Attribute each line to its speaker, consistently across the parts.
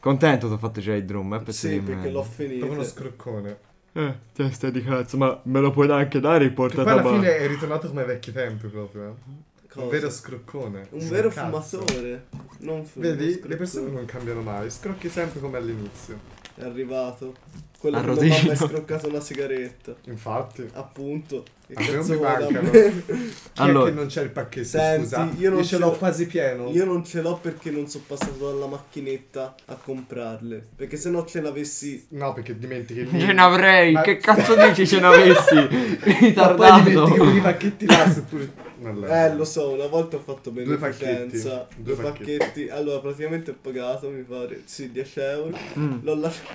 Speaker 1: Contento ti ho fatto già il drum, eh? pezzo
Speaker 2: Sì,
Speaker 1: di
Speaker 2: perché
Speaker 1: merda.
Speaker 2: l'ho finito.
Speaker 3: Proprio uno scroccone.
Speaker 1: Eh, testa di cazzo, ma me lo puoi anche dare il
Speaker 3: Che poi alla
Speaker 1: portataba?
Speaker 3: fine è ritornato come ai vecchi tempi proprio. eh.
Speaker 2: Cosa?
Speaker 3: Un vero scroccone.
Speaker 2: Un vero
Speaker 3: Cazzo.
Speaker 2: fumatore. Non fu- uno
Speaker 3: Vedi,
Speaker 2: scroccone.
Speaker 3: le persone non cambiano mai, scrocchi sempre come all'inizio.
Speaker 2: È arrivato. Quello
Speaker 1: A
Speaker 2: che non
Speaker 1: rotino.
Speaker 2: ha mai scroccato una sigaretta.
Speaker 3: Infatti,
Speaker 2: Appunto. Che
Speaker 3: A me non
Speaker 2: cazzo
Speaker 3: mi
Speaker 2: vuole da
Speaker 3: mancano.
Speaker 2: me?
Speaker 3: chi
Speaker 1: Allora.
Speaker 3: è che non c'è il pacchetto,
Speaker 2: Senti,
Speaker 3: scusa?
Speaker 2: io non
Speaker 3: ce
Speaker 2: ce
Speaker 3: l'ho
Speaker 2: l'ho.
Speaker 3: quasi pieno.
Speaker 2: Io non ce l'ho perché non sono passato dalla macchinetta a comprarle. Perché se no ce l'avessi.
Speaker 3: No, perché dimentichi il
Speaker 1: Ce n'avrei,
Speaker 3: Ma-
Speaker 1: che cazzo dici ce n'avessi?
Speaker 3: Ma poi dimentichi
Speaker 1: Ritardato.
Speaker 3: quei pacchetti là seppure...
Speaker 2: Eh, lo so, una volta ho fatto beneficenza.
Speaker 3: pacchetti.
Speaker 2: Due
Speaker 3: Due
Speaker 2: pacchetti.
Speaker 3: pacchetti.
Speaker 2: Allora, praticamente ho pagato, mi pare, sì, 10 euro.
Speaker 1: Mm.
Speaker 2: L'ho lasciato.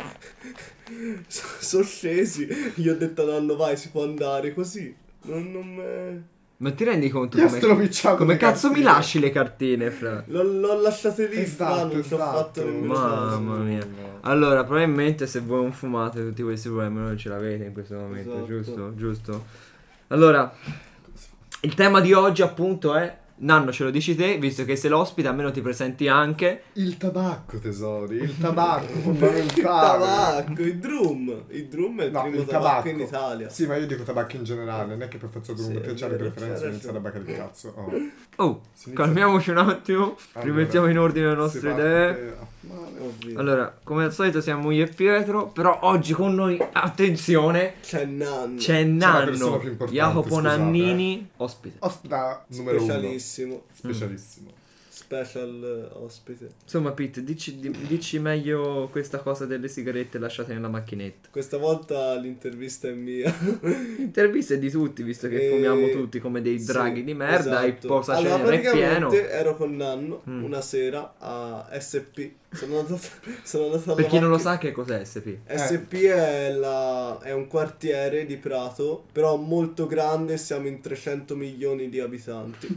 Speaker 2: sono scesi. Gli ho detto, nonno, vai, si può andare così. Non, non me-
Speaker 1: Ma ti rendi conto
Speaker 3: Io sto
Speaker 1: come,
Speaker 3: picciando
Speaker 1: come
Speaker 3: le
Speaker 1: cazzo mi
Speaker 3: cartine.
Speaker 1: lasci le cartine, fra?
Speaker 2: L'ho, l'ho lasciate lì,
Speaker 3: Esatto,
Speaker 2: fra, non ci ho fatto nemmeno
Speaker 1: Mamma
Speaker 2: caso.
Speaker 1: mia. Allora, probabilmente se voi non fumate tutti questi problemi non ce l'avete in questo momento,
Speaker 2: Esatto.
Speaker 1: giusto? Giusto. Allora, il tema di oggi appunto è... Nanno, ce lo dici te, visto che sei l'ospite, almeno ti presenti anche.
Speaker 3: Il tabacco, tesori, il tabacco
Speaker 2: Il
Speaker 3: fondamentale.
Speaker 2: tabacco, il drum. Il drum è il
Speaker 3: No,
Speaker 2: primo
Speaker 3: il
Speaker 2: tabacco.
Speaker 3: tabacco
Speaker 2: in Italia.
Speaker 3: Sì, ma io dico tabacco in generale, non è che per forza
Speaker 2: Sì,
Speaker 3: drum
Speaker 2: è
Speaker 3: te c'hai
Speaker 2: vero,
Speaker 3: le
Speaker 2: c'hai
Speaker 3: preferenze inizia a
Speaker 2: ragione.
Speaker 3: baccare il cazzo. Oh.
Speaker 1: Oh,
Speaker 3: Si inizia-
Speaker 1: calmiamoci un attimo,
Speaker 3: Allora,
Speaker 1: rimettiamo in ordine le
Speaker 3: si
Speaker 1: nostre
Speaker 3: parte-
Speaker 1: idee.
Speaker 3: Male.
Speaker 2: Ovvio.
Speaker 1: Allora, come al solito siamo io e Pietro, però oggi con noi, attenzione,
Speaker 2: C'è Nanno.
Speaker 1: c'è
Speaker 3: persona
Speaker 1: Nanno,
Speaker 3: più importante,
Speaker 1: Jacopo
Speaker 3: scusate, eh.
Speaker 1: Nannini, ospite.
Speaker 3: Ospita Oh, numero uno.
Speaker 2: specialissimo.
Speaker 3: Specialissimo.
Speaker 2: Special eh, ospite.
Speaker 1: Insomma, Pete, dici, di- dici meglio questa cosa delle sigarette lasciate nella macchinetta.
Speaker 2: Questa volta l'intervista è mia.
Speaker 1: Interviste di tutti, visto che
Speaker 3: Eh,
Speaker 2: E-
Speaker 1: fumiamo tutti come dei
Speaker 2: Sì,
Speaker 1: draghi di merda,
Speaker 2: esatto.
Speaker 1: il posa
Speaker 2: allora,
Speaker 1: cenere è pieno.
Speaker 2: praticamente ero con Nanno
Speaker 1: Mm.
Speaker 2: una sera a SP. Sono andato, sono andato alla
Speaker 1: Per chi non lo
Speaker 2: macchina-
Speaker 1: sa eh. che cos'è SP?
Speaker 2: SP è, la- è un quartiere di Prato, però molto grande, siamo in 300 milioni di abitanti.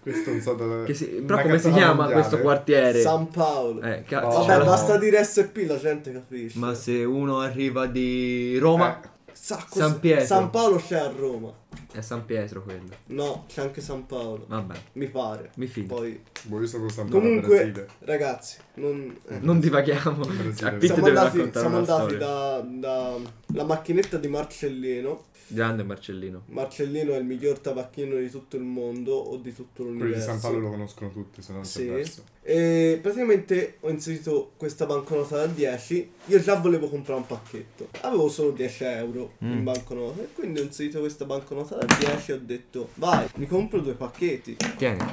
Speaker 3: Questo non so da...
Speaker 1: Che si-
Speaker 3: una
Speaker 1: però come si
Speaker 3: cazzata
Speaker 1: chiama
Speaker 3: mondiale.
Speaker 1: questo quartiere?
Speaker 2: San Paolo.
Speaker 1: Eh, cazzo,
Speaker 3: Oh.
Speaker 1: ce
Speaker 2: Vabbè,
Speaker 1: l'ha-
Speaker 2: basta dire SP, la gente capisce.
Speaker 1: Ma se uno arriva di Roma,
Speaker 3: Eh,
Speaker 2: Sa cos'è?
Speaker 1: San Pietro.
Speaker 2: San Paolo c'è a Roma.
Speaker 1: è San Pietro quello.
Speaker 2: No, c'è anche San Paolo.
Speaker 1: Vabbè,
Speaker 2: Mi pare.
Speaker 1: mi fido.
Speaker 2: Poi,
Speaker 3: boh, io sono stampato
Speaker 2: comunque,
Speaker 3: Brasile.
Speaker 2: ragazzi, non... eh.
Speaker 1: Non divaghiamo.
Speaker 3: Brasile.
Speaker 1: A Pitt
Speaker 2: siamo
Speaker 1: deve
Speaker 2: andati,
Speaker 1: raccontare
Speaker 2: siamo
Speaker 1: una
Speaker 2: andati
Speaker 1: storia.
Speaker 2: da, da la macchinetta di Marcellino.
Speaker 1: Grande Marcellino.
Speaker 2: Marcellino è il miglior tabacchino di tutto il mondo o di tutto
Speaker 3: Quelli di
Speaker 2: l'universo.
Speaker 3: San Paolo lo conoscono tutti, se no non si è
Speaker 2: Sì.
Speaker 3: perso.
Speaker 2: E praticamente ho inserito questa banconota da 10. Io già volevo comprare un pacchetto. Avevo solo 10 euro in
Speaker 1: Mm.
Speaker 2: banconota. E quindi ho inserito questa banconota da 10 e ho detto, vai, mi compro due pacchetti.
Speaker 1: Tieni.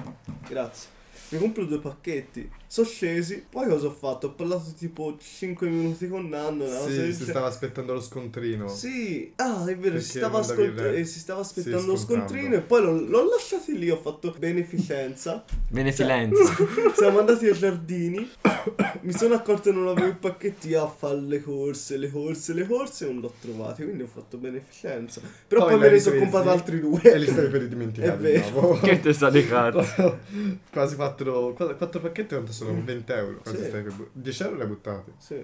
Speaker 2: Grazie. Mi compro due pacchetti. Sono scesi. Poi cosa ho fatto? Ho parlato tipo 5 minuti con Nanno. una cosa
Speaker 3: Sì,
Speaker 2: del
Speaker 3: si
Speaker 2: genere.
Speaker 3: stava aspettando lo scontrino.
Speaker 2: Sì, ah, è vero,
Speaker 3: Perché
Speaker 2: si stava,
Speaker 3: non davi il
Speaker 2: ascolt-
Speaker 3: re.
Speaker 2: eh, si stava
Speaker 3: Sì,
Speaker 2: aspettando lo
Speaker 3: scontando.
Speaker 2: scontrino e poi l'ho, l'ho lasciato lì, ho fatto beneficenza.
Speaker 1: Benefilenza.
Speaker 2: Siamo andati ai giardini, mi sono accorto che non avevo il pacchettino a fare le corse, le corse, le corse e non l'ho trovato, quindi ho fatto beneficenza. Però poi, me
Speaker 3: l'hai
Speaker 2: ne sono
Speaker 3: ripresi
Speaker 2: comprato altri
Speaker 3: E li
Speaker 2: due.
Speaker 3: stavi per dimenticare
Speaker 2: È
Speaker 3: di
Speaker 2: vero.
Speaker 3: nuovo.
Speaker 1: che testa di carta.
Speaker 3: quasi 4, pacchetti quanto sono? 20 euro quasi
Speaker 2: Mm. Sì.
Speaker 3: stai per bu- 10 euro le hai buttate
Speaker 2: Sì.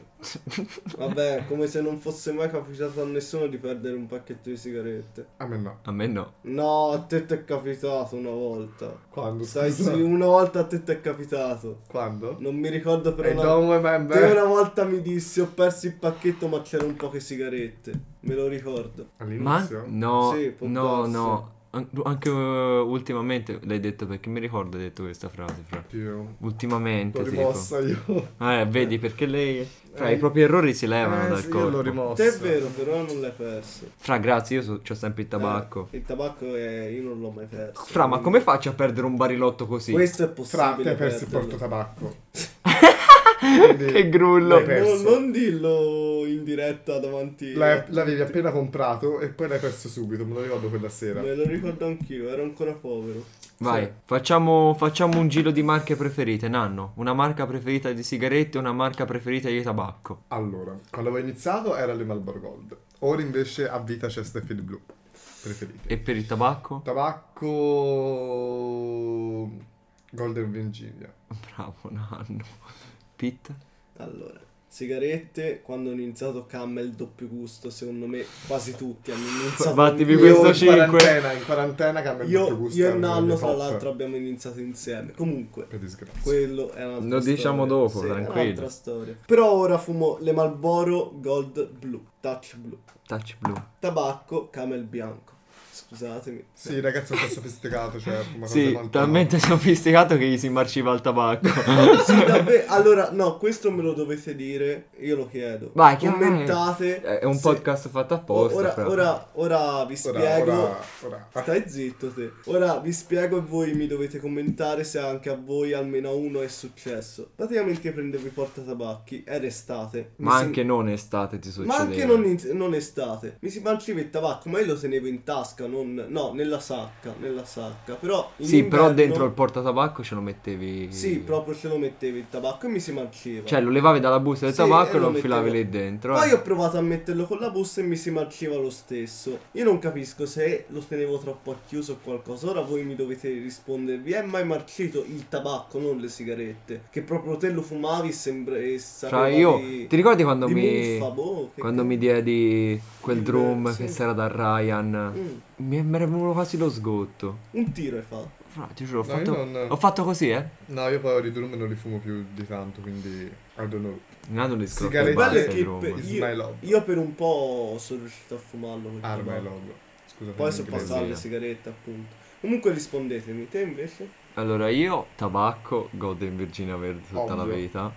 Speaker 2: Vabbè, come se non fosse mai capitato a nessuno di perdere un pacchetto di sigarette.
Speaker 3: a me no
Speaker 1: A me no.
Speaker 2: No, a te ti è capitato una volta.
Speaker 3: quando
Speaker 2: Stai
Speaker 3: scusa?
Speaker 2: sì, una volta a te ti è capitato.
Speaker 3: quando?
Speaker 2: Non mi ricordo per
Speaker 3: I
Speaker 2: una...
Speaker 3: don't
Speaker 2: Te
Speaker 3: remember
Speaker 2: una volta mi dissi ho perso il pacchetto ma c'erano poche sigarette, me lo ricordo.
Speaker 1: Ma?
Speaker 3: all'inizio?
Speaker 1: No,
Speaker 2: Sì, può
Speaker 1: no,
Speaker 2: darsi.
Speaker 1: no. An- anche eh, ultimamente l'hai detto perché mi ricordo hai detto questa frase, fra.
Speaker 3: più
Speaker 1: Ultimamente,
Speaker 3: l'ho
Speaker 1: tipo.
Speaker 3: rimossa io
Speaker 1: Eh, vedi perché lei. Fra,
Speaker 3: Eh,
Speaker 1: i propri errori si levano
Speaker 3: eh,
Speaker 1: dal
Speaker 3: sì, io l'ho
Speaker 1: corpo.
Speaker 3: rimossa
Speaker 2: Te è vero, però non l'hai perso.
Speaker 1: Fra, grazie, io so- c'ho sempre il tabacco.
Speaker 2: Eh, il tabacco è... io non l'ho mai perso.
Speaker 1: Fra, ma
Speaker 2: quindi-
Speaker 1: come faccio a perdere un barilotto così?
Speaker 2: Questo è
Speaker 3: fra te
Speaker 2: possibile.
Speaker 3: hai perso il
Speaker 2: perderlo.
Speaker 3: portatabacco
Speaker 1: Che
Speaker 3: Quindi
Speaker 1: grullo.
Speaker 3: L'hai perso.
Speaker 2: Eh, No, non dillo in diretta davanti.
Speaker 3: l'hai- l'avevi appena comprato e poi l'hai perso subito me lo ricordo quella sera
Speaker 2: Me lo ricordo anch'io, ero ancora povero.
Speaker 1: Vai,
Speaker 3: Sì.
Speaker 1: facciamo, facciamo un giro di marche preferite, Nanno. Una marca preferita di sigarette e una marca preferita di tabacco.
Speaker 3: allora quando avevo iniziato era le Marlboro Gold ora invece a vita c'è Steffi Blu preferite
Speaker 1: E per il tabacco?
Speaker 3: Tabacco Golden Virginia.
Speaker 1: Bravo, Nanno. Pit?
Speaker 2: Allora, Sigarette, quando hanno iniziato Camel doppio gusto, secondo me quasi tutti hanno iniziato.
Speaker 1: Battimi
Speaker 2: io-
Speaker 1: questo
Speaker 3: Io in
Speaker 1: 5.
Speaker 3: quarantena, in quarantena cambia il doppio
Speaker 2: Io,
Speaker 3: gusto.
Speaker 2: io e
Speaker 3: erano
Speaker 2: Nanno,
Speaker 3: le
Speaker 2: tra
Speaker 3: top.
Speaker 2: l'altro, abbiamo iniziato insieme. Comunque,
Speaker 3: Per disgrazia.
Speaker 2: quello è un'altra
Speaker 1: Lo diciamo
Speaker 2: storia.
Speaker 1: dopo,
Speaker 2: Sì, è
Speaker 1: tranquillo.
Speaker 2: un'altra storia. Però ora fumo le Malboro Gold Blu, Touch Blu.
Speaker 1: Touch blu.
Speaker 2: Tabacco Camel Bianco. Scusatemi.
Speaker 3: Sì, ragazzi, un po' sofisticato, cioè, fuma cose
Speaker 1: Sì,
Speaker 3: molto-
Speaker 1: talmente sofisticato che gli si marciva il tabacco.
Speaker 2: Sì, davvero. Allora, no, questo me lo dovete dire, io lo chiedo.
Speaker 1: Vai, chiaro,
Speaker 2: Commentate.
Speaker 1: È un
Speaker 2: se-
Speaker 1: podcast fatto apposta. fra.
Speaker 2: Ora, ora, ora vi
Speaker 3: Ora,
Speaker 2: spiego.
Speaker 3: ora, ora. Ah,
Speaker 2: Stai zitto te. Ora vi spiego e voi mi dovete commentare se anche a voi almeno a uno è successo. Praticamente prendevo i portatabacchi, era estate. Mi
Speaker 1: Ma
Speaker 2: si-
Speaker 1: anche non estate ti succedeva.
Speaker 2: ma anche non, in- non estate. Mi si marciva il tabacco, ma io lo tenevo in tasca, non... No, nella sacca, nella sacca. Però... in
Speaker 1: Sì, però
Speaker 2: inverno-
Speaker 1: dentro il portatabacco ce lo mettevi.
Speaker 2: Sì, proprio ce lo mettevi il tabacco e mi si marciva.
Speaker 1: Cioè, lo levavi dalla busta del
Speaker 2: Sì,
Speaker 1: tabacco
Speaker 2: e
Speaker 1: e
Speaker 2: lo
Speaker 1: lo infilavi
Speaker 2: mettevo.
Speaker 1: lì dentro.
Speaker 2: Poi
Speaker 1: eh.
Speaker 2: ho provato a metterlo con la busta e mi si marciva lo stesso. Io non capisco se lo tenevo troppo a chiuso o qualcosa. Ora voi mi dovete rispondere. Vi è mai marcito il tabacco, non le sigarette? Che proprio te lo fumavi e sembra. E sapeva
Speaker 1: Fra io.
Speaker 2: di-
Speaker 1: Ti ricordi quando
Speaker 2: di
Speaker 1: mi.
Speaker 2: muffa, boh, che-
Speaker 1: quando mi diedi quel
Speaker 2: Il-
Speaker 1: drum
Speaker 2: sì.
Speaker 1: che c'era da Ryan?
Speaker 2: Mm,
Speaker 1: Mi mi era venuto quasi lo sgotto.
Speaker 2: un tiro hai fatto.
Speaker 1: Fra, ti giuro, ho,
Speaker 3: No,
Speaker 1: fatto,
Speaker 3: io non-
Speaker 1: ho fatto così, eh.
Speaker 3: No, io poi i drum non li fumo più di tanto, quindi... I don't know.
Speaker 1: No, non li scrocco
Speaker 3: Sigarette
Speaker 1: in base
Speaker 2: Bello
Speaker 1: ai
Speaker 2: che
Speaker 1: drum.
Speaker 2: pe-
Speaker 3: It's
Speaker 2: io-
Speaker 3: my love. Ah,
Speaker 2: Io per un po' sono riuscito a fumarlo. quel
Speaker 3: Arma e
Speaker 2: tabacco.
Speaker 3: logo. Scusa.
Speaker 2: Poi sono
Speaker 1: inglese.
Speaker 2: passato alle sigarette, appunto. Comunque rispondetemi, te invece?
Speaker 1: Allora io tabacco, Golden Virginia Verde tutta la
Speaker 3: Ovvio.
Speaker 1: vita.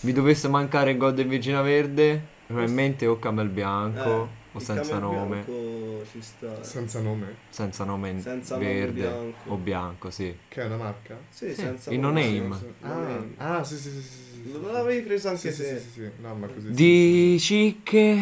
Speaker 1: Mi dovesse mancare Golden Virginia Verde, probabilmente o Camel Bianco
Speaker 2: Eh,
Speaker 1: o
Speaker 2: il
Speaker 1: senza
Speaker 2: camel
Speaker 1: nome,
Speaker 2: bianco Ci sta. eh.
Speaker 3: Senza nome.
Speaker 1: senza nome
Speaker 2: Senza nome
Speaker 1: verde
Speaker 2: bianco.
Speaker 1: o bianco, sì.
Speaker 3: Che è una marca?
Speaker 2: Sì,
Speaker 1: Sì,
Speaker 2: senza
Speaker 1: in no
Speaker 2: nome.
Speaker 1: name.
Speaker 2: Sì, sì, no
Speaker 3: Ah,
Speaker 2: name.
Speaker 3: ah, sì, sì, sì, sì, sì.
Speaker 2: Lo l'avevi preso anche
Speaker 3: Sì, sì,
Speaker 2: te.
Speaker 3: sì, sì, sì. No, ma così...
Speaker 1: Di cicche,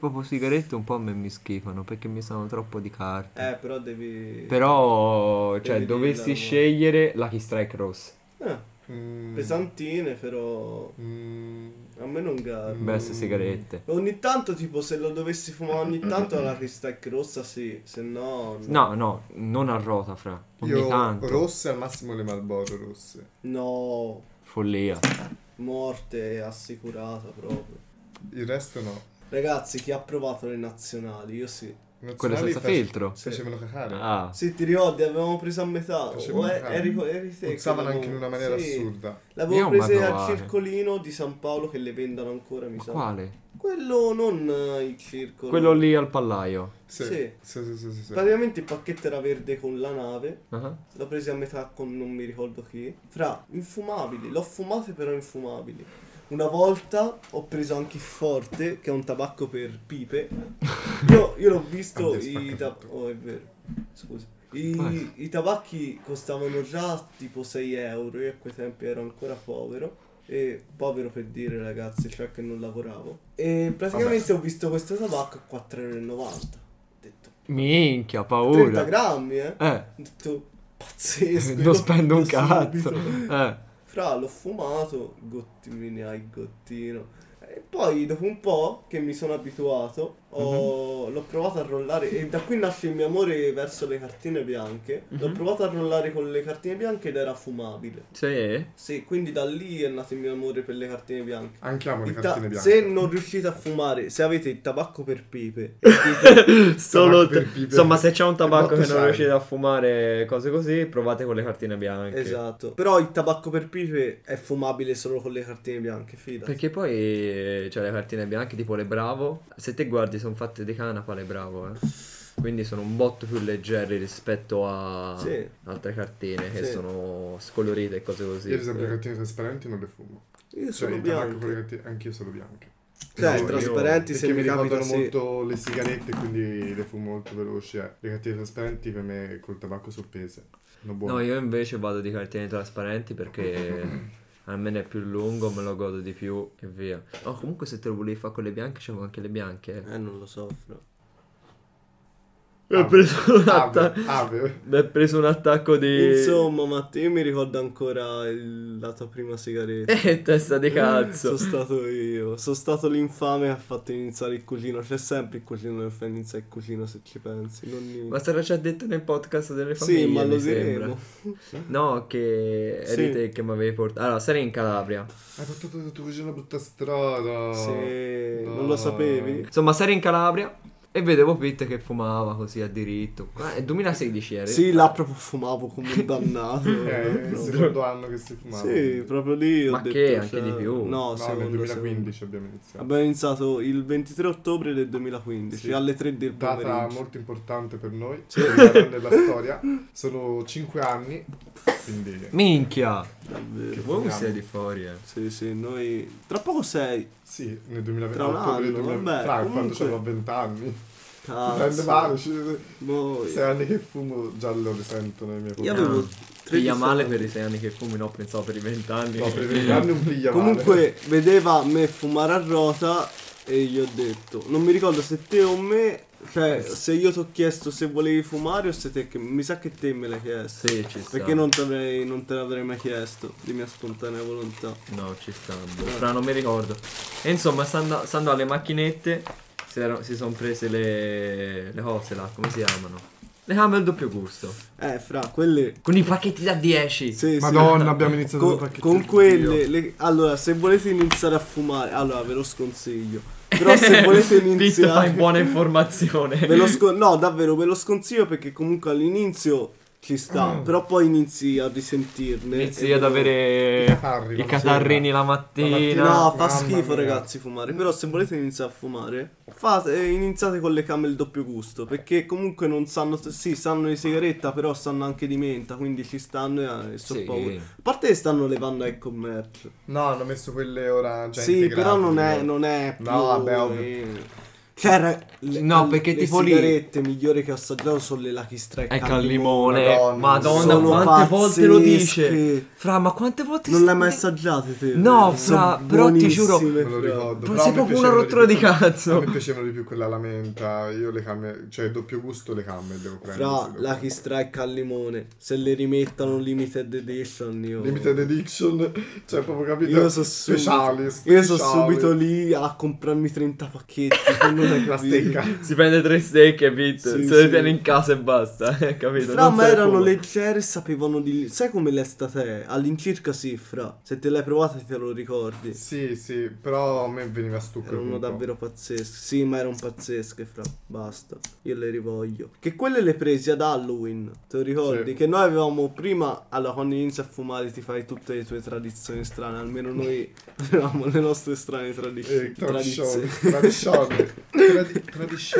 Speaker 1: proprio sigarette un po' a me mi schifano perché mi sono troppo di carte.
Speaker 2: Eh, però devi.
Speaker 1: Però,
Speaker 2: Devi
Speaker 1: cioè,
Speaker 2: dirla,
Speaker 1: dovessi
Speaker 2: no?
Speaker 1: scegliere Lucky Strike Ross.
Speaker 2: Eh,
Speaker 3: Mm.
Speaker 2: pesantine, però.
Speaker 3: Mm.
Speaker 2: A me non garba.
Speaker 1: Best sigarette.
Speaker 2: Ogni tanto, tipo, se lo dovessi fumare ogni tanto la Ristack rossa, sì. Se no.
Speaker 1: No, no, non a rota, fra. Ogni
Speaker 3: Io
Speaker 1: tanto.
Speaker 3: rosse al massimo le Marlboro rosse.
Speaker 2: No.
Speaker 1: Follia.
Speaker 2: Morte assicurata proprio.
Speaker 3: Il resto no.
Speaker 2: Ragazzi, chi ha provato le nazionali? Io sì.
Speaker 1: Quella
Speaker 3: Nazionali
Speaker 1: senza
Speaker 3: face-
Speaker 1: filtro.
Speaker 3: Facevano cacare.
Speaker 1: Ah.
Speaker 2: Sì, ti ricordi, avevamo preso a metà.
Speaker 3: Facevano
Speaker 2: O e-
Speaker 3: cacare.
Speaker 2: eri, eri te che
Speaker 3: Puzzavano anche in
Speaker 2: l'avevo-
Speaker 3: una maniera
Speaker 2: sì.
Speaker 3: assurda.
Speaker 2: L'avevo
Speaker 1: Io non
Speaker 2: presa
Speaker 1: vado
Speaker 2: al
Speaker 1: a-
Speaker 2: circolino di San Paolo che le vendono ancora, mi
Speaker 1: Ma
Speaker 2: sa.
Speaker 1: quale?
Speaker 2: Quello non eh, il circolo.
Speaker 1: Quello lì al pallaio.
Speaker 3: Sì.
Speaker 2: Sì.
Speaker 3: Sì, sì, sì, sì, sì.
Speaker 2: Praticamente il pacchetto era verde con la nave.
Speaker 1: Ah.
Speaker 2: L'ho presa a metà con non mi ricordo chi. Fra, infumabili. L'ho fumate però infumabili. Una volta ho preso anche il forte, che è un tabacco per pipe. Io, io l'ho visto
Speaker 3: Oddio, spacca
Speaker 2: i tab-
Speaker 3: tutto.
Speaker 2: Oh, è vero. Scusa.
Speaker 1: Vai.
Speaker 2: I, i tabacchi costavano già tipo 6 euro. Io a quei tempi ero ancora povero. E povero per dire ragazzi, cioè che non lavoravo. E praticamente ho visto questo tabacco a 4,90 euro. Ho detto
Speaker 1: Minchia,
Speaker 2: 30
Speaker 1: paura.
Speaker 2: grammi, eh?
Speaker 1: Eh,
Speaker 2: Ho detto pazzesco. io
Speaker 1: non spendo un
Speaker 2: subito.
Speaker 1: cazzo. Eh.
Speaker 2: Fra l'ho fumato, gotti, me ne hai gottino. E poi dopo un po' che mi sono abituato, ho-
Speaker 1: Mhm.
Speaker 2: l'ho provato a rollare e da qui nasce il mio amore verso le cartine bianche. L'ho
Speaker 1: Mhm.
Speaker 2: provato a rollare con le cartine bianche ed era fumabile.
Speaker 1: Sì.
Speaker 2: Sì, quindi da lì è nato il mio amore per le cartine bianche.
Speaker 3: Anche amo le
Speaker 2: Il ta-
Speaker 3: cartine bianche.
Speaker 2: se non riuscite a fumare, se avete il tabacco per pipe,
Speaker 1: Solo
Speaker 3: per pipe.
Speaker 1: Insomma, se c'è un tabacco
Speaker 3: Che
Speaker 1: che
Speaker 3: botto
Speaker 1: non
Speaker 3: sai.
Speaker 1: riuscite a fumare, cose così, provate con le cartine bianche.
Speaker 2: Esatto. Però il tabacco per pipe è fumabile solo con le cartine bianche, fida.
Speaker 1: Perché poi eh, cioè, le cartine bianche, tipo le Bravo, se te guardi sono fatte di canapa le Bravo, eh. Quindi sono un botto più leggeri rispetto a
Speaker 2: Sì.
Speaker 1: altre cartine che
Speaker 2: Sì.
Speaker 1: sono scolorite e cose così. Eh.
Speaker 3: Io ad esempio le cartine trasparenti non le fumo.
Speaker 2: Io
Speaker 3: Cioè,
Speaker 2: sono
Speaker 3: il tabacco con le
Speaker 2: bianco.
Speaker 3: cartine... Anch'io sono bianche.
Speaker 2: Cioè,
Speaker 1: No,
Speaker 2: trasparenti se
Speaker 3: Perché mi
Speaker 2: mi capita
Speaker 3: ricordano
Speaker 2: sì.
Speaker 3: molto le sigarette, quindi le fumo molto veloci. eh. Le cartine trasparenti per me col tabacco sorprese. Non buono.
Speaker 1: No, io invece vado di cartine trasparenti perché almeno è più lungo, me lo godo di più e via. Oh, comunque se te lo volevi fare con le bianche, c'avevo anche le bianche. eh.
Speaker 2: Eh, non lo so, fra.
Speaker 1: Mi ha preso un
Speaker 3: Ave,
Speaker 1: atta-
Speaker 3: ave.
Speaker 1: mi ha preso un attacco di...
Speaker 2: Insomma, Matteo, io mi ricordo ancora il- la tua prima sigaretta.
Speaker 1: Eh, testa di
Speaker 2: Sono
Speaker 1: cazzo.
Speaker 2: stato io, sono stato l'infame che ha fatto iniziare il cugino. C'è sempre il cugino che fa iniziare il cugino se ci pensi. Non
Speaker 1: Ma sarà già detto nel podcast delle famiglie,
Speaker 2: sì, ma lo
Speaker 1: mi sembra.
Speaker 2: diremo.
Speaker 1: No, che eri
Speaker 2: Sì.
Speaker 1: te che mi avevi portato. Allora, sarei in Calabria.
Speaker 3: Hai portato tuo cugino una brutta strada.
Speaker 2: Sì,
Speaker 3: No.
Speaker 2: non lo sapevi?
Speaker 1: Insomma, sarei in Calabria e vedevo Pitt che fumava così a diritto. Ma è eh, 2016 era.
Speaker 2: Sì, là proprio fumavo come un dannato.
Speaker 3: Eh, il
Speaker 2: No.
Speaker 3: secondo anno che si fumava.
Speaker 2: Sì, proprio lì ho
Speaker 1: Ma
Speaker 2: detto... cioè,
Speaker 1: che? Anche di più?
Speaker 2: No,
Speaker 3: No,
Speaker 2: secondo,
Speaker 3: nel
Speaker 2: secondo.
Speaker 3: 2015 abbiamo iniziato.
Speaker 2: Abbiamo iniziato il 23 ottobre del 2015,
Speaker 3: Sì.
Speaker 2: alle 3 del
Speaker 3: Data
Speaker 2: pomeriggio.
Speaker 3: molto importante per noi, nella storia. Sono 5 anni, quindi...
Speaker 1: Minchia! Che
Speaker 2: Davvero.
Speaker 1: voi
Speaker 3: fumavo.
Speaker 1: siete di fuori, eh.
Speaker 2: Sì, sì, noi... Tra poco sei.
Speaker 3: Sì, nel 2020.
Speaker 2: Tra un
Speaker 3: ottobre del
Speaker 2: anno,
Speaker 3: 2020,
Speaker 2: vabbè,
Speaker 3: fra, quando
Speaker 2: comunque- Ah,
Speaker 3: c'avevo 20 anni. Prende male,
Speaker 2: Cazzo.
Speaker 3: ci-
Speaker 2: Noi.
Speaker 3: sei anni che fumo, già lo risento nei miei
Speaker 2: Io
Speaker 3: polmoni.
Speaker 2: avevo...
Speaker 1: Ah.
Speaker 2: 13
Speaker 1: Piglia male
Speaker 2: anni.
Speaker 1: per i sei anni che fumi, no, pensavo per i vent'anni.
Speaker 3: No, per i 20 anni un piglia male.
Speaker 2: Comunque vedeva me fumare a rota e gli ho detto, non mi ricordo se te o me, cioè se io ti ho chiesto se volevi fumare o se te che mi sa che te me l'hai chiesto.
Speaker 1: Sì, ci sta.
Speaker 2: Perché non, t'avrei- non te l'avrei mai chiesto di mia spontanea volontà.
Speaker 1: No, ci stanno. Fra, non mi ricordo. E insomma, stando, stando alle macchinette, si, erano- si sono prese le, le cose là, come si chiamano? Le camel doppio gusto.
Speaker 2: Eh, fra quelle...
Speaker 1: Con i pacchetti da 10.
Speaker 2: Sì, sì.
Speaker 3: Madonna, abbiamo iniziato
Speaker 2: con,
Speaker 3: col pacchetto
Speaker 2: con
Speaker 3: di
Speaker 2: quelle
Speaker 3: Dio.
Speaker 2: le- allora se volete iniziare a fumare allora ve lo sconsiglio però se volete
Speaker 1: Pete fai
Speaker 2: iniziare
Speaker 1: buona informazione.
Speaker 2: Ve lo scon- no, davvero ve lo sconsiglio perché comunque all'inizio ci sta,
Speaker 3: Mm.
Speaker 2: però poi inizi a risentirne.
Speaker 1: Inizi
Speaker 2: e
Speaker 1: ad
Speaker 2: ve lo-
Speaker 1: avere
Speaker 3: I catarri,
Speaker 1: i
Speaker 3: la
Speaker 1: catarrini
Speaker 3: sera.
Speaker 1: la mattina.
Speaker 3: La mattina.
Speaker 2: No, fa
Speaker 3: Mamma
Speaker 2: schifo
Speaker 3: mia.
Speaker 2: ragazzi fumare, però se volete iniziare a fumare, fate, eh, iniziate con le camel doppio gusto, perché comunque non sanno, sì, sanno di sigaretta, però sanno anche di menta, quindi ci stanno e, e so
Speaker 1: Sì.
Speaker 2: paura. A parte che stanno levando al commercio.
Speaker 3: No, hanno messo quelle orange.
Speaker 2: sì, però non è, non è più...
Speaker 3: No, vabbè, ovvio.
Speaker 2: eh. Cioè, ra- le-
Speaker 1: No, perché
Speaker 2: le
Speaker 1: tipo lì-
Speaker 2: sigarette migliori che ho assaggiato sono le Lucky Strike
Speaker 1: Ecco
Speaker 2: al
Speaker 1: al limone.
Speaker 3: Madonna,
Speaker 1: Madonna,
Speaker 2: sono
Speaker 1: quante volte
Speaker 2: pazzesche.
Speaker 1: lo dice. Fra, ma quante volte
Speaker 2: Non
Speaker 1: si-
Speaker 2: l'hai mai assaggiate te?
Speaker 1: No,
Speaker 2: Sono
Speaker 1: fra, però ti giuro-
Speaker 2: buonissime,
Speaker 3: Me lo
Speaker 2: fra.
Speaker 3: ricordo.
Speaker 1: Ma
Speaker 3: però
Speaker 1: sei
Speaker 3: a me
Speaker 1: proprio una
Speaker 3: piacevano
Speaker 1: rottura di
Speaker 3: più-
Speaker 1: cazzo.
Speaker 3: A me piacevano di più quella alla menta. Io le camere, cioè il doppio gusto le camere devo prendere. se
Speaker 2: Fra
Speaker 3: devo
Speaker 2: Lucky
Speaker 3: prendere.
Speaker 2: Strike al limone, se le rimettano limited edition io...
Speaker 3: Limited edition, cioè proprio capito.
Speaker 2: Io sono
Speaker 3: speciali,
Speaker 2: subito, io so
Speaker 3: speciali.
Speaker 2: subito lì a comprarmi 30 pacchetti. che non hai
Speaker 3: La
Speaker 2: capito.
Speaker 3: stecca.
Speaker 1: Si prende tre steak e Pete.
Speaker 2: Sì,
Speaker 1: se le
Speaker 2: sì.
Speaker 1: tiene in casa e basta. eh, Capito?
Speaker 2: Fra,
Speaker 1: Non
Speaker 2: ma
Speaker 1: se ne
Speaker 2: erano
Speaker 1: frega.
Speaker 2: leggere e sapevano di... Sai come l'esta te? All'incirca sì, fra. Se te l'hai provata te lo ricordi.
Speaker 3: Sì, sì, però a me veniva stucco. il
Speaker 2: Erano
Speaker 3: punto.
Speaker 2: davvero pazzesche. Sì, ma erano pazzesche, fra. Basta. Io le rivoglio. Che quelle le presi ad Halloween. Te lo ricordi?
Speaker 3: Sì.
Speaker 2: Che noi avevamo prima. Allora, quando inizi a fumare, ti fai tutte le tue tradizioni strane. Almeno noi avevamo le nostre strane
Speaker 3: Eh,
Speaker 2: tradizioni.
Speaker 3: tradition, tradition, tradi-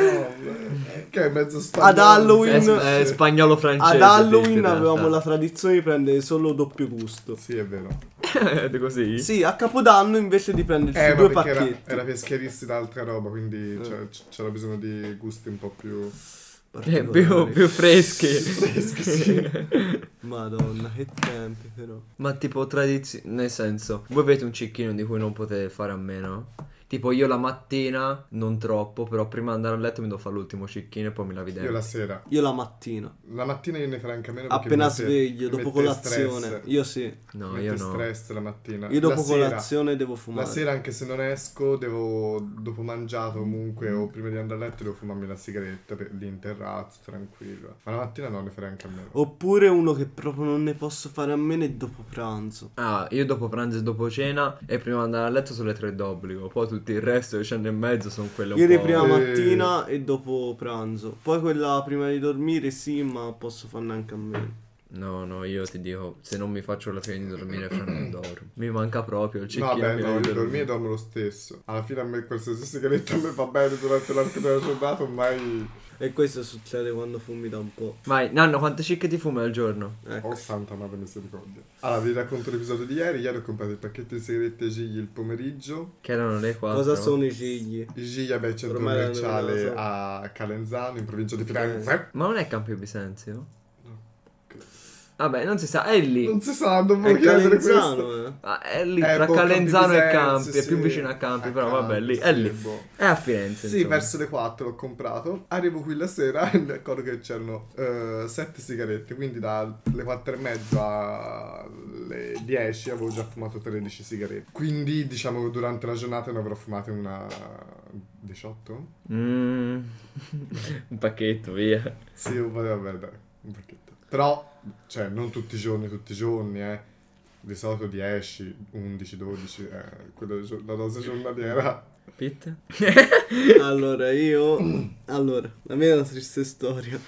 Speaker 3: tradition, eh, che è mezzo spagnolo.
Speaker 2: Ad Halloween-
Speaker 1: È, sp- è spagnolo francese.
Speaker 2: Ad Halloween
Speaker 1: Pete, in
Speaker 2: avevamo la
Speaker 1: realtà.
Speaker 2: tradizione di prendere solo doppio gusto.
Speaker 3: Sì, è vero.
Speaker 1: È così.
Speaker 2: Sì, a Capodanno invece di prenderci
Speaker 3: Eh, ma
Speaker 2: due
Speaker 3: perché era,
Speaker 2: pacchetti. Eh.
Speaker 3: era per schiarirsi da altra roba, quindi cioè, c- c'era bisogno di gusti un po' più...
Speaker 1: Eh, più, più freschi.
Speaker 2: Madonna, che tempi però.
Speaker 1: Ma tipo tradizione, nel senso, voi avete un cicchino di cui non potete fare a meno? Tipo io la mattina, non troppo, però prima di andare a letto mi devo fare l'ultimo cicchino e poi mi lavi i
Speaker 3: Io
Speaker 1: denti.
Speaker 3: la sera.
Speaker 2: Io la mattina.
Speaker 3: La mattina io ne franca meno perché
Speaker 2: Appena
Speaker 3: mi mette-
Speaker 2: sveglio,
Speaker 3: mi
Speaker 2: dopo
Speaker 3: mette
Speaker 2: colazione.
Speaker 3: stress.
Speaker 2: Io sì.
Speaker 1: No,
Speaker 3: Mi
Speaker 1: io
Speaker 3: mette
Speaker 1: no.
Speaker 3: stress la mattina.
Speaker 2: Io dopo
Speaker 3: La sera-
Speaker 2: colazione devo fumare.
Speaker 3: La sera anche se non esco, devo, dopo mangiato comunque o prima di andare a letto, devo fumarmi la sigaretta per, lì in terrazzo, tranquillo. Ma la mattina no, ne farei anche a meno.
Speaker 2: Oh, Oppure uno che proprio non ne posso fare a meno è dopo pranzo.
Speaker 1: Ah, io dopo pranzo e dopo cena e prima di andare a letto sono le tre d'obbligo, poi tutto il resto che c'è nel mezzo sono quelle un
Speaker 2: Ieri
Speaker 1: po'...
Speaker 2: prima
Speaker 3: Eh.
Speaker 2: mattina e dopo pranzo. Poi quella prima di dormire sì, ma posso farne anche a meno.
Speaker 1: No, no, io ti dico, se non mi faccio la fine di dormire fra non dormo. Mi manca proprio il
Speaker 3: No,
Speaker 1: cicchino
Speaker 3: beh,
Speaker 1: di
Speaker 3: no, io
Speaker 1: dormire.
Speaker 3: dormire dormo lo stesso. Alla fine a me qualsiasi sigaretta mi va bene durante l'arco della giornata, ormai
Speaker 2: E questo succede quando fumi da un po'.
Speaker 1: Vai, Nanno, quante cicche ti fumi al giorno?
Speaker 2: Ecco.
Speaker 3: ho santa madre misericordia. Allora, vi racconto l'episodio di ieri. Ieri ho comprato il pacchetto di sigarette Gigli il pomeriggio.
Speaker 1: Che erano le quattro.
Speaker 2: Cosa sono i cigli?
Speaker 3: Gigli, vabbè, il centro
Speaker 2: Ormai l'hanno
Speaker 3: commerciale
Speaker 2: nominato.
Speaker 3: a Calenzano, in provincia di Firenze.
Speaker 1: Ma non è Campio Bisenzio?
Speaker 3: No.
Speaker 4: Vabbè, non si sa, è lì.
Speaker 3: Non si sa, non
Speaker 2: È
Speaker 3: voglio chiedere questo.
Speaker 2: Calenzano, eh.
Speaker 4: Ah, è lì
Speaker 3: Eh,
Speaker 4: tra
Speaker 3: boh,
Speaker 4: Calenzano e
Speaker 3: Campi
Speaker 4: Campi,
Speaker 3: Bisenzio,
Speaker 4: è più
Speaker 3: sì.
Speaker 4: vicino a Campi,
Speaker 3: A
Speaker 4: però vabbè, è lì, è
Speaker 3: Campi,
Speaker 4: lì.
Speaker 3: sì, boh.
Speaker 4: È a Firenze.
Speaker 3: Sì,
Speaker 4: insomma.
Speaker 3: verso le 4 l'ho comprato. Arrivo qui la sera e mi accorgo che c'erano 7 sigarette. Quindi dalle 4 e mezza alle 10 avevo già fumato 13 sigarette. Quindi diciamo che durante la giornata ne avrò fumate una 18?
Speaker 4: Mm. Un pacchetto, via.
Speaker 3: Sì, un po' vabbè, dai, un pacchetto. Però, cioè, non tutti i giorni, tutti i giorni, eh. Di solito 10, 11, 12, eh, quella gio- la dose giornaliera.
Speaker 4: Pitt?
Speaker 2: Allora, io... Allora, la mia è una triste storia.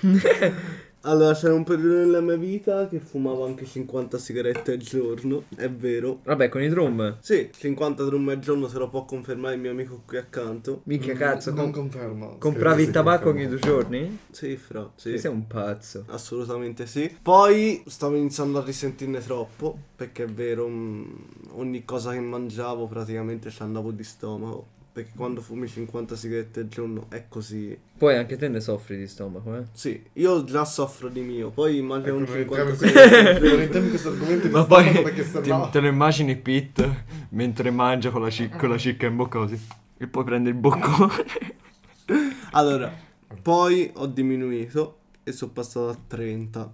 Speaker 2: Allora, c'era un periodo nella mia vita che fumavo anche 50 sigarette al giorno, è vero.
Speaker 4: Vabbè, con i drum.
Speaker 2: Sì, 50 drum al giorno se lo può confermare il mio amico qui accanto.
Speaker 1: Mm,
Speaker 4: Mica cazzo,
Speaker 3: non
Speaker 4: com-
Speaker 3: confermo.
Speaker 4: compravi
Speaker 3: Scherzo,
Speaker 4: il
Speaker 3: sì,
Speaker 4: tabacco ogni
Speaker 3: confermo.
Speaker 4: due giorni?
Speaker 2: Sì, fra,
Speaker 4: Sì.
Speaker 2: sì.
Speaker 4: Sei un pazzo.
Speaker 2: Assolutamente sì. Poi stavo iniziando a risentirne troppo, perché è vero, mm, ogni cosa che mangiavo praticamente ci andavo di stomaco. Perché quando fumi 50 sigarette al giorno è così.
Speaker 4: Poi anche te ne soffri di stomaco, eh.
Speaker 2: Sì, io già soffro di mio, poi immagino un
Speaker 3: Ecco, non
Speaker 2: 50
Speaker 3: entriamo
Speaker 2: sigarette al
Speaker 3: in- non
Speaker 2: giorno.
Speaker 3: entriamo in questo argomento di
Speaker 1: Ma
Speaker 3: stomaco
Speaker 1: poi
Speaker 3: perché sennò...
Speaker 1: ti- te lo immagini Pit mentre mangia con la, cic- con la cicca in bocca così e poi prende il boccone.
Speaker 2: Allora, poi ho diminuito e sono passato a 30.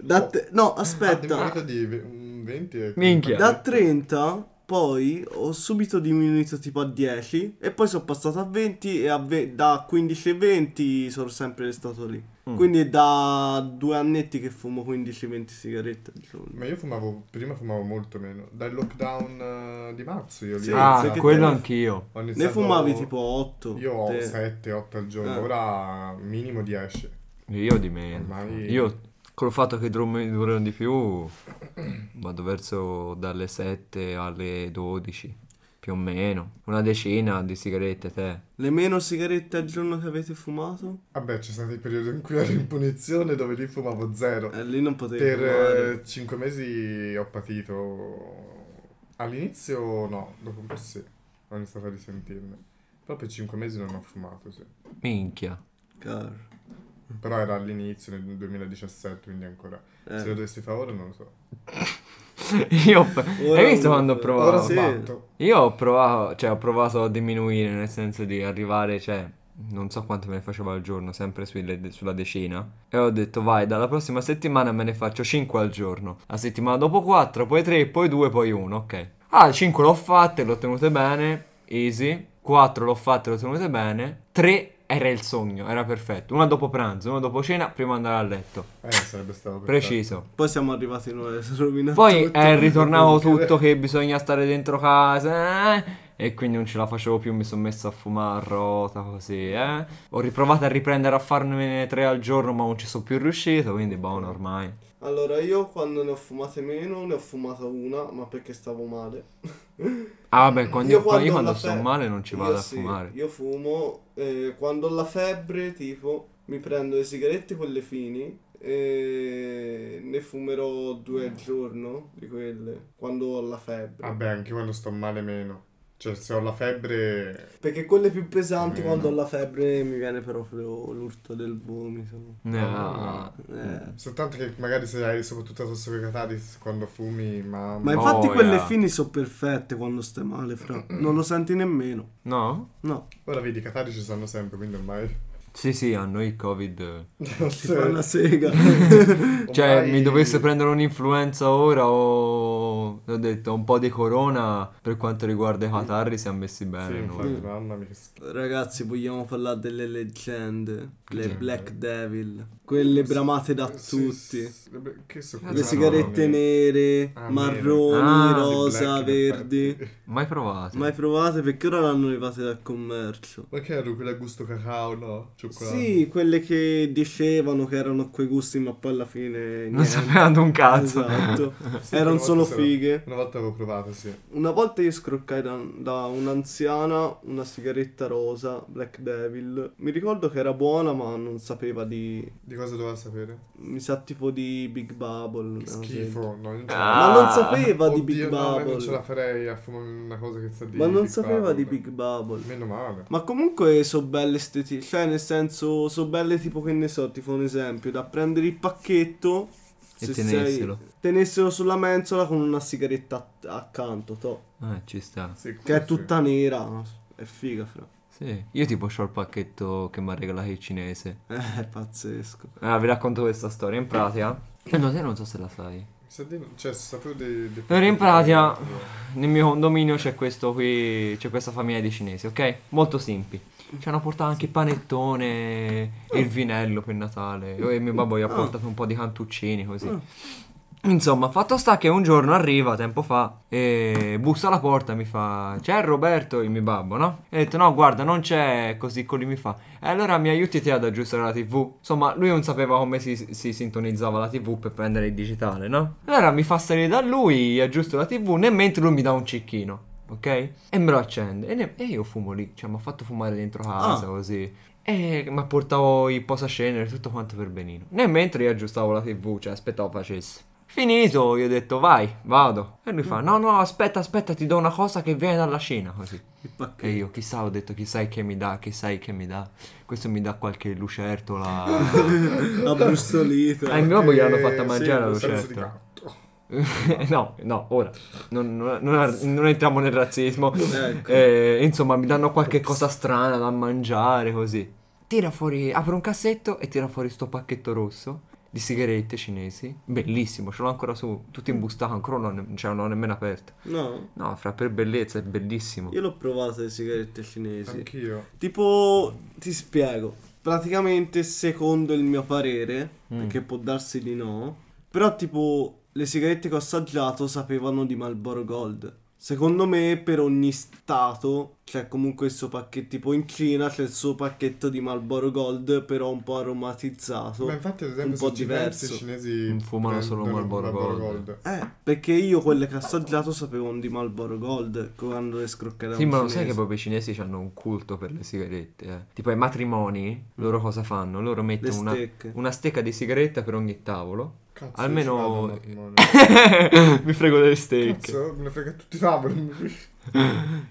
Speaker 2: Da te- no,
Speaker 3: Ah,
Speaker 2: aspetta.
Speaker 3: diminuito di ve- un 20 e...
Speaker 4: Minchia.
Speaker 2: Da 30 poi ho subito diminuito tipo a 10 e poi sono passato a 20 e a ve- da 15 e 20 sono sempre stato lì. Quindi è da due annetti che fumo 15-20 sigarette al giorno.
Speaker 3: Ma io fumavo, prima fumavo molto meno. Dal lockdown eh, di marzo io lì
Speaker 2: Sì,
Speaker 3: ho
Speaker 1: ah,
Speaker 2: sì, che
Speaker 1: quello
Speaker 2: te-
Speaker 1: anch'io.
Speaker 3: ho
Speaker 2: Ne
Speaker 3: iniziato-
Speaker 2: fumavi tipo 8.
Speaker 3: Io ho 7-8 al giorno,
Speaker 2: Ah.
Speaker 3: ora minimo 10.
Speaker 1: Io di
Speaker 2: Eh,
Speaker 1: meno.
Speaker 3: Ormai-
Speaker 1: Io con il fatto che i drum mi durano di più vado verso dalle 7 alle 12 più o meno. Una decina di sigarette te.
Speaker 2: Le meno sigarette al giorno che avete fumato?
Speaker 3: Vabbè, c'è stato il periodo in cui ero in punizione dove lì fumavo zero.
Speaker 2: Eh, lì non potevi fumare.
Speaker 3: Per eh, 5 mesi ho patito. All'inizio no, dopo un po' sì, ho iniziato a risentirne. Però per 5 mesi non ho fumato, sì.
Speaker 1: Minchia.
Speaker 2: Caro.
Speaker 1: Mm.
Speaker 3: Però era all'inizio, nel 2017, quindi ancora. Se lo
Speaker 2: Eh.
Speaker 3: dovessi fare ora non lo so.
Speaker 1: Io ho- Hai visto quando ho
Speaker 2: Ora
Speaker 1: provato?
Speaker 3: Ora ho
Speaker 2: sì.
Speaker 3: sbatto.
Speaker 1: Io ho provato, cioè ho provato a diminuire, nel senso di arrivare, cioè, non so quanto me ne facevo al giorno, sempre sulle- sulla decina. E ho detto, vai, dalla prossima settimana me ne faccio 5 al giorno. La settimana dopo 4, poi 3, poi 2, poi 1, ok. Ah, 5 l'ho fatte, l'ho tenute bene, easy. 4 l'ho fatte, l'ho tenute bene. 3 era il sogno, era perfetto. Una dopo pranzo, una dopo cena, prima di andare a letto.
Speaker 3: Eh, sarebbe stato perfetto.
Speaker 1: Preciso.
Speaker 2: Poi siamo arrivati noi, si è rovinato
Speaker 1: Poi
Speaker 2: tutto.
Speaker 1: eh, ritornavo tutto che bisogna stare dentro casa eh, e quindi non ce la facevo più, mi sono messo a fumare a rota così. Eh. Ho riprovato a riprendere a farmene tre al giorno ma non ci sono più riuscito, quindi buono ormai.
Speaker 2: Allora, io quando ne ho fumate meno, ne ho fumata una, ma perché stavo male.
Speaker 1: Ah vabbè, quando, io quando,
Speaker 2: ho la
Speaker 1: sto
Speaker 2: febbre-
Speaker 1: male non ci
Speaker 2: io
Speaker 1: vado a
Speaker 2: sì,
Speaker 1: fumare.
Speaker 2: Io fumo eh, quando ho la febbre, tipo, mi prendo le sigarette quelle fini e ne fumerò due al giorno di quelle quando ho la febbre.
Speaker 3: Vabbè, anche quando sto male meno. Cioè, se ho la febbre...
Speaker 2: Perché quelle più pesanti
Speaker 3: Eh,
Speaker 2: quando ho
Speaker 3: no.
Speaker 2: la febbre mi viene proprio l'urto del vomito.
Speaker 1: No.
Speaker 2: Eh.
Speaker 3: Soltanto che magari se hai soprattutto la tossicocatalis quando fumi, ma...
Speaker 2: Ma
Speaker 1: No,
Speaker 2: infatti quelle
Speaker 1: yeah.
Speaker 2: fini sono perfette quando stai male, fra. Non lo senti nemmeno.
Speaker 1: No?
Speaker 2: No,
Speaker 3: Ora vedi, i catari ci stanno sempre, quindi ormai...
Speaker 1: Sì, sì, a noi il Covid. eh.
Speaker 2: ti fa una sega.
Speaker 1: Cioè,
Speaker 3: Ormai-
Speaker 1: mi dovesse prendere un'influenza ora o... Ho detto, un po' di corona per quanto riguarda i catarri siamo messi
Speaker 3: Sì,
Speaker 1: bene. noi.
Speaker 3: infatti, mamma mia, che schifo.
Speaker 2: Ragazzi, vogliamo parlare delle leggende, le
Speaker 3: Sì.
Speaker 2: Black Devil, quelle bramate da
Speaker 3: Sì,
Speaker 2: tutti.
Speaker 3: sì, le- Che so-
Speaker 1: Le
Speaker 2: Le
Speaker 1: Cazzo,
Speaker 2: sigarette
Speaker 3: no,
Speaker 2: nere,
Speaker 3: Ah,
Speaker 2: marroni,
Speaker 1: nere. Ah, sì,
Speaker 2: rosa,
Speaker 3: black, in
Speaker 2: verdi.
Speaker 3: effetti.
Speaker 1: Mai provato.
Speaker 2: Mai provate perché ora l'hanno levate dal commercio.
Speaker 3: Ma che erano quelle a gusto cacao, no? Cioccolato.
Speaker 2: Sì, quelle che dicevano che erano quei gusti, ma poi alla fine
Speaker 1: Non
Speaker 2: niente.
Speaker 1: sapevano un cazzo.
Speaker 2: Esatto.
Speaker 3: Sì,
Speaker 2: Erano
Speaker 3: una volta
Speaker 2: solo
Speaker 3: se-
Speaker 2: fighe.
Speaker 3: Una volta avevo provato, sì.
Speaker 2: Una volta io scroccai da, da un'anziana una sigaretta rosa, Black Devil. Mi ricordo che era buona, ma non sapeva di,
Speaker 3: Di cosa doveva sapere?
Speaker 2: Mi sa tipo di Big Bubble. una cosa del
Speaker 3: Schifo, no, non ce
Speaker 1: Ah,
Speaker 3: la
Speaker 2: Ma non sapeva di
Speaker 3: Oddio,
Speaker 2: Big
Speaker 3: no, a me
Speaker 2: Bubble.
Speaker 3: non ce la farei a fumare una cosa che sa di
Speaker 2: ma non
Speaker 3: Big
Speaker 2: sapeva
Speaker 3: Bubble.
Speaker 2: di Big Bubble.
Speaker 3: Meno male.
Speaker 2: Ma comunque so belle estetiche, cioè nel senso so belle tipo che ne so, tipo un esempio, da prendere il pacchetto
Speaker 1: E
Speaker 2: se
Speaker 1: tenerselo.
Speaker 2: sei- tenesselo sulla mensola con una sigaretta att- accanto, to,
Speaker 1: Ah, ci sta.
Speaker 3: Sì,
Speaker 2: che è
Speaker 3: sì.
Speaker 2: tutta nera, no? è figa fra.
Speaker 1: Sì. Io tipo ho il pacchetto che mi ha regalato il cinese.
Speaker 2: Eh, è pazzesco.
Speaker 1: Allora, Ah, vi racconto questa storia. In pratica... Eh, no, te non so se la sai.
Speaker 3: Sa di- Cioè, sapevo di... di-
Speaker 1: Allora, in pratica, nel mio condominio c'è questo qui, c'è questa famiglia di cinesi, ok? Molto simpi. Ci hanno portato anche il panettone e il vinello per Natale. E mio babbo gli ha portato un po' di cantuccini così. Insomma, fatto sta che un giorno arriva, tempo fa, e bussa alla porta e mi fa C'è Roberto, il mio babbo, no? E ho detto no, guarda, non c'è così, così mi fa E allora mi aiuti te ad aggiustare la tv Insomma, lui non sapeva come si, si sintonizzava la tv per prendere il digitale, no? Allora mi fa salire da lui, aggiusto la tv, nel mentre lui mi dà un cicchino, ok? E me lo accende, e, ne- e io fumo lì, cioè mi ha fatto fumare dentro casa,
Speaker 2: Ah.
Speaker 1: così e mi ha portato i posascenere, tutto quanto per benino. Nel mentre io aggiustavo la tv, cioè aspettavo facesse. Finito, io ho detto vai, vado. E lui fa no, no, aspetta, aspetta, ti do una cosa che viene dalla Cina, così.
Speaker 2: Il pacchetto.
Speaker 1: E io chissà, ho detto chissà che mi dà, chissà che mi dà. Questo mi dà qualche lucertola.
Speaker 2: La brustolita.
Speaker 1: Ah, il mio babbo gliel'hanno
Speaker 3: Eh,
Speaker 1: fatta mangiare la
Speaker 3: sì, un pezzo di
Speaker 1: lucertola.
Speaker 3: gatto.
Speaker 1: no, no, ora non, non- non- non entriamo nel razzismo.
Speaker 2: Ecco.
Speaker 1: Eh, insomma, mi danno qualche cosa strana da mangiare così. Tira fuori, apro un cassetto e tira fuori sto pacchetto rosso di sigarette cinesi. Bellissimo, ce l'ho ancora su, tutto imbustato, ancora non, cioè, non l'ho nemmeno aperto.
Speaker 2: No,
Speaker 1: No, fra per bellezza è bellissimo.
Speaker 2: io l'ho provata le sigarette cinesi.
Speaker 3: Anch'io.
Speaker 2: Tipo, ti spiego. Praticamente, secondo il mio parere,
Speaker 1: Mm.
Speaker 2: perché può darsi di no, però tipo le sigarette che ho assaggiato sapevano di Marlboro Gold. Secondo me per ogni stato c'è comunque il suo pacchetto, tipo in Cina c'è il suo pacchetto di Marlboro Gold però un po' aromatizzato.
Speaker 3: Ma infatti, ad esempio,
Speaker 2: un po'
Speaker 3: se ci pensi,
Speaker 2: diverso.
Speaker 3: i cinesi
Speaker 1: Non fumano solo
Speaker 3: prendono
Speaker 1: Marlboro Gold.
Speaker 2: Eh, perché io quelle che ho assaggiato sapevano di Marlboro Gold quando le scroccavo.
Speaker 1: Sì, ma lo sai che proprio i cinesi hanno un culto per le sigarette. eh. Tipo ai matrimoni, loro cosa fanno? Loro
Speaker 2: Mm. le
Speaker 1: mettono una,
Speaker 2: stecche.
Speaker 1: una stecca di sigaretta per ogni tavolo.
Speaker 3: Cazzo,
Speaker 1: Almeno-
Speaker 3: ci vado al
Speaker 2: eh,
Speaker 3: matrimonio.
Speaker 1: Mi frego delle stecche.
Speaker 3: Cazzo, me ne frega tutti i tavoli.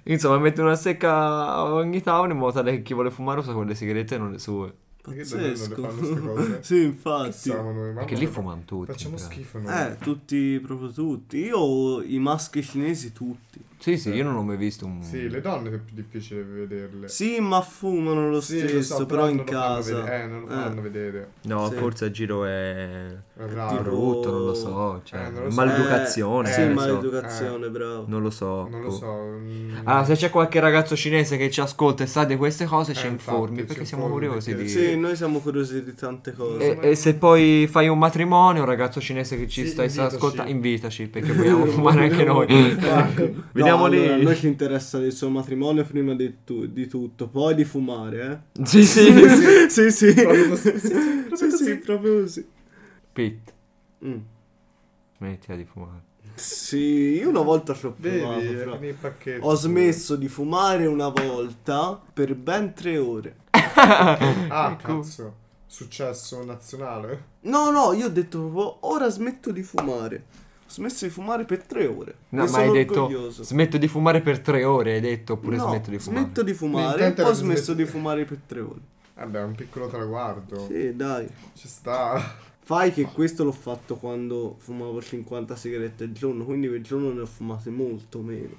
Speaker 1: Insomma, metto una secca a ogni tavolo in modo tale che chi vuole fumare usa quelle sigarette e non le sue.
Speaker 3: Perché da noi non le fanno ste
Speaker 2: Pazzesco.
Speaker 3: cose?
Speaker 2: sì, infatti.
Speaker 3: Siamo noi, mamma
Speaker 1: Perché lì
Speaker 3: mia.
Speaker 1: fumano tutti.
Speaker 3: Facciamo
Speaker 1: in pratica.
Speaker 3: schifo noi.
Speaker 2: Eh, tutti, proprio tutti. Io i maschi cinesi tutti.
Speaker 3: Eh.
Speaker 1: Sì, sì, io non ho mai visto un...
Speaker 3: Sì, le donne è più difficile vederle.
Speaker 2: Sì, ma fumano lo
Speaker 3: Sì,
Speaker 2: stesso,
Speaker 3: lo so,
Speaker 2: però
Speaker 3: non
Speaker 2: in
Speaker 3: lo fanno
Speaker 2: casa.
Speaker 3: vedere- Eh, non lo
Speaker 2: Eh.
Speaker 3: fanno vedere.
Speaker 1: No,
Speaker 2: Sì.
Speaker 1: forse a giro è...
Speaker 3: È
Speaker 2: tipo-
Speaker 3: raro.
Speaker 1: brutto, non lo so. Cioè,
Speaker 3: Eh, non lo so.
Speaker 1: maleducazione.
Speaker 2: Eh,
Speaker 3: eh,
Speaker 2: sì,
Speaker 1: non lo so.
Speaker 2: maleducazione, bravo.
Speaker 1: Non lo so.
Speaker 3: Non lo
Speaker 1: boh.
Speaker 3: so. mm,
Speaker 2: Ah,
Speaker 1: Allora, Ah, se c'è qualche ragazzo cinese che ci ascolta e sa di queste cose,
Speaker 3: Eh,
Speaker 1: ci
Speaker 3: infatti,
Speaker 1: informi,
Speaker 3: ci
Speaker 1: perché siamo
Speaker 3: informi,
Speaker 1: curiosi
Speaker 3: perché-
Speaker 1: di...
Speaker 2: Sì, noi siamo curiosi di tante cose.
Speaker 1: E, e se poi fai un matrimonio, un ragazzo cinese che ci
Speaker 3: Sì,
Speaker 1: sta e sta
Speaker 3: invitaci.
Speaker 1: ascoltando, invitaci perché vogliamo fumare anche noi.
Speaker 2: No,
Speaker 1: Vediamo lì.
Speaker 2: allora, a noi ci interessa il suo matrimonio prima di, tu- di tutto, poi di fumare,
Speaker 1: Sì, sì.
Speaker 2: eh? sì, sì.
Speaker 3: Proprio così,
Speaker 2: sì, sì, sì, proprio così.
Speaker 1: Pete,
Speaker 2: Mm.
Speaker 1: smettila di fumare.
Speaker 2: Sì, io una volta ci ho provato,
Speaker 3: Vedi, è
Speaker 2: fra.
Speaker 3: finito il pacchetto.
Speaker 2: Ho smesso di fumare una volta per ben tre ore.
Speaker 3: Ah,
Speaker 2: ecco.
Speaker 3: cazzo. Successo nazionale.
Speaker 2: No, no, io ho detto proprio ora smetto di fumare. Ho smesso di fumare per tre ore.
Speaker 1: No,
Speaker 2: Ne
Speaker 1: ma hai
Speaker 2: sono
Speaker 1: detto
Speaker 2: orgoglioso.
Speaker 1: smetto di fumare per tre ore, hai detto, oppure
Speaker 2: No,
Speaker 1: smetto di fumare.
Speaker 2: Smetto di fumare e
Speaker 3: L'intento
Speaker 2: poi ho
Speaker 3: era di
Speaker 2: smesso di
Speaker 3: smettere.
Speaker 2: fumare per tre ore.
Speaker 3: Vabbè, è un piccolo traguardo.
Speaker 2: Sì, dai.
Speaker 3: Ci sta.
Speaker 2: Fai che questo l'ho fatto quando fumavo 50 sigarette al giorno, quindi quel giorno ne ho fumate molto meno.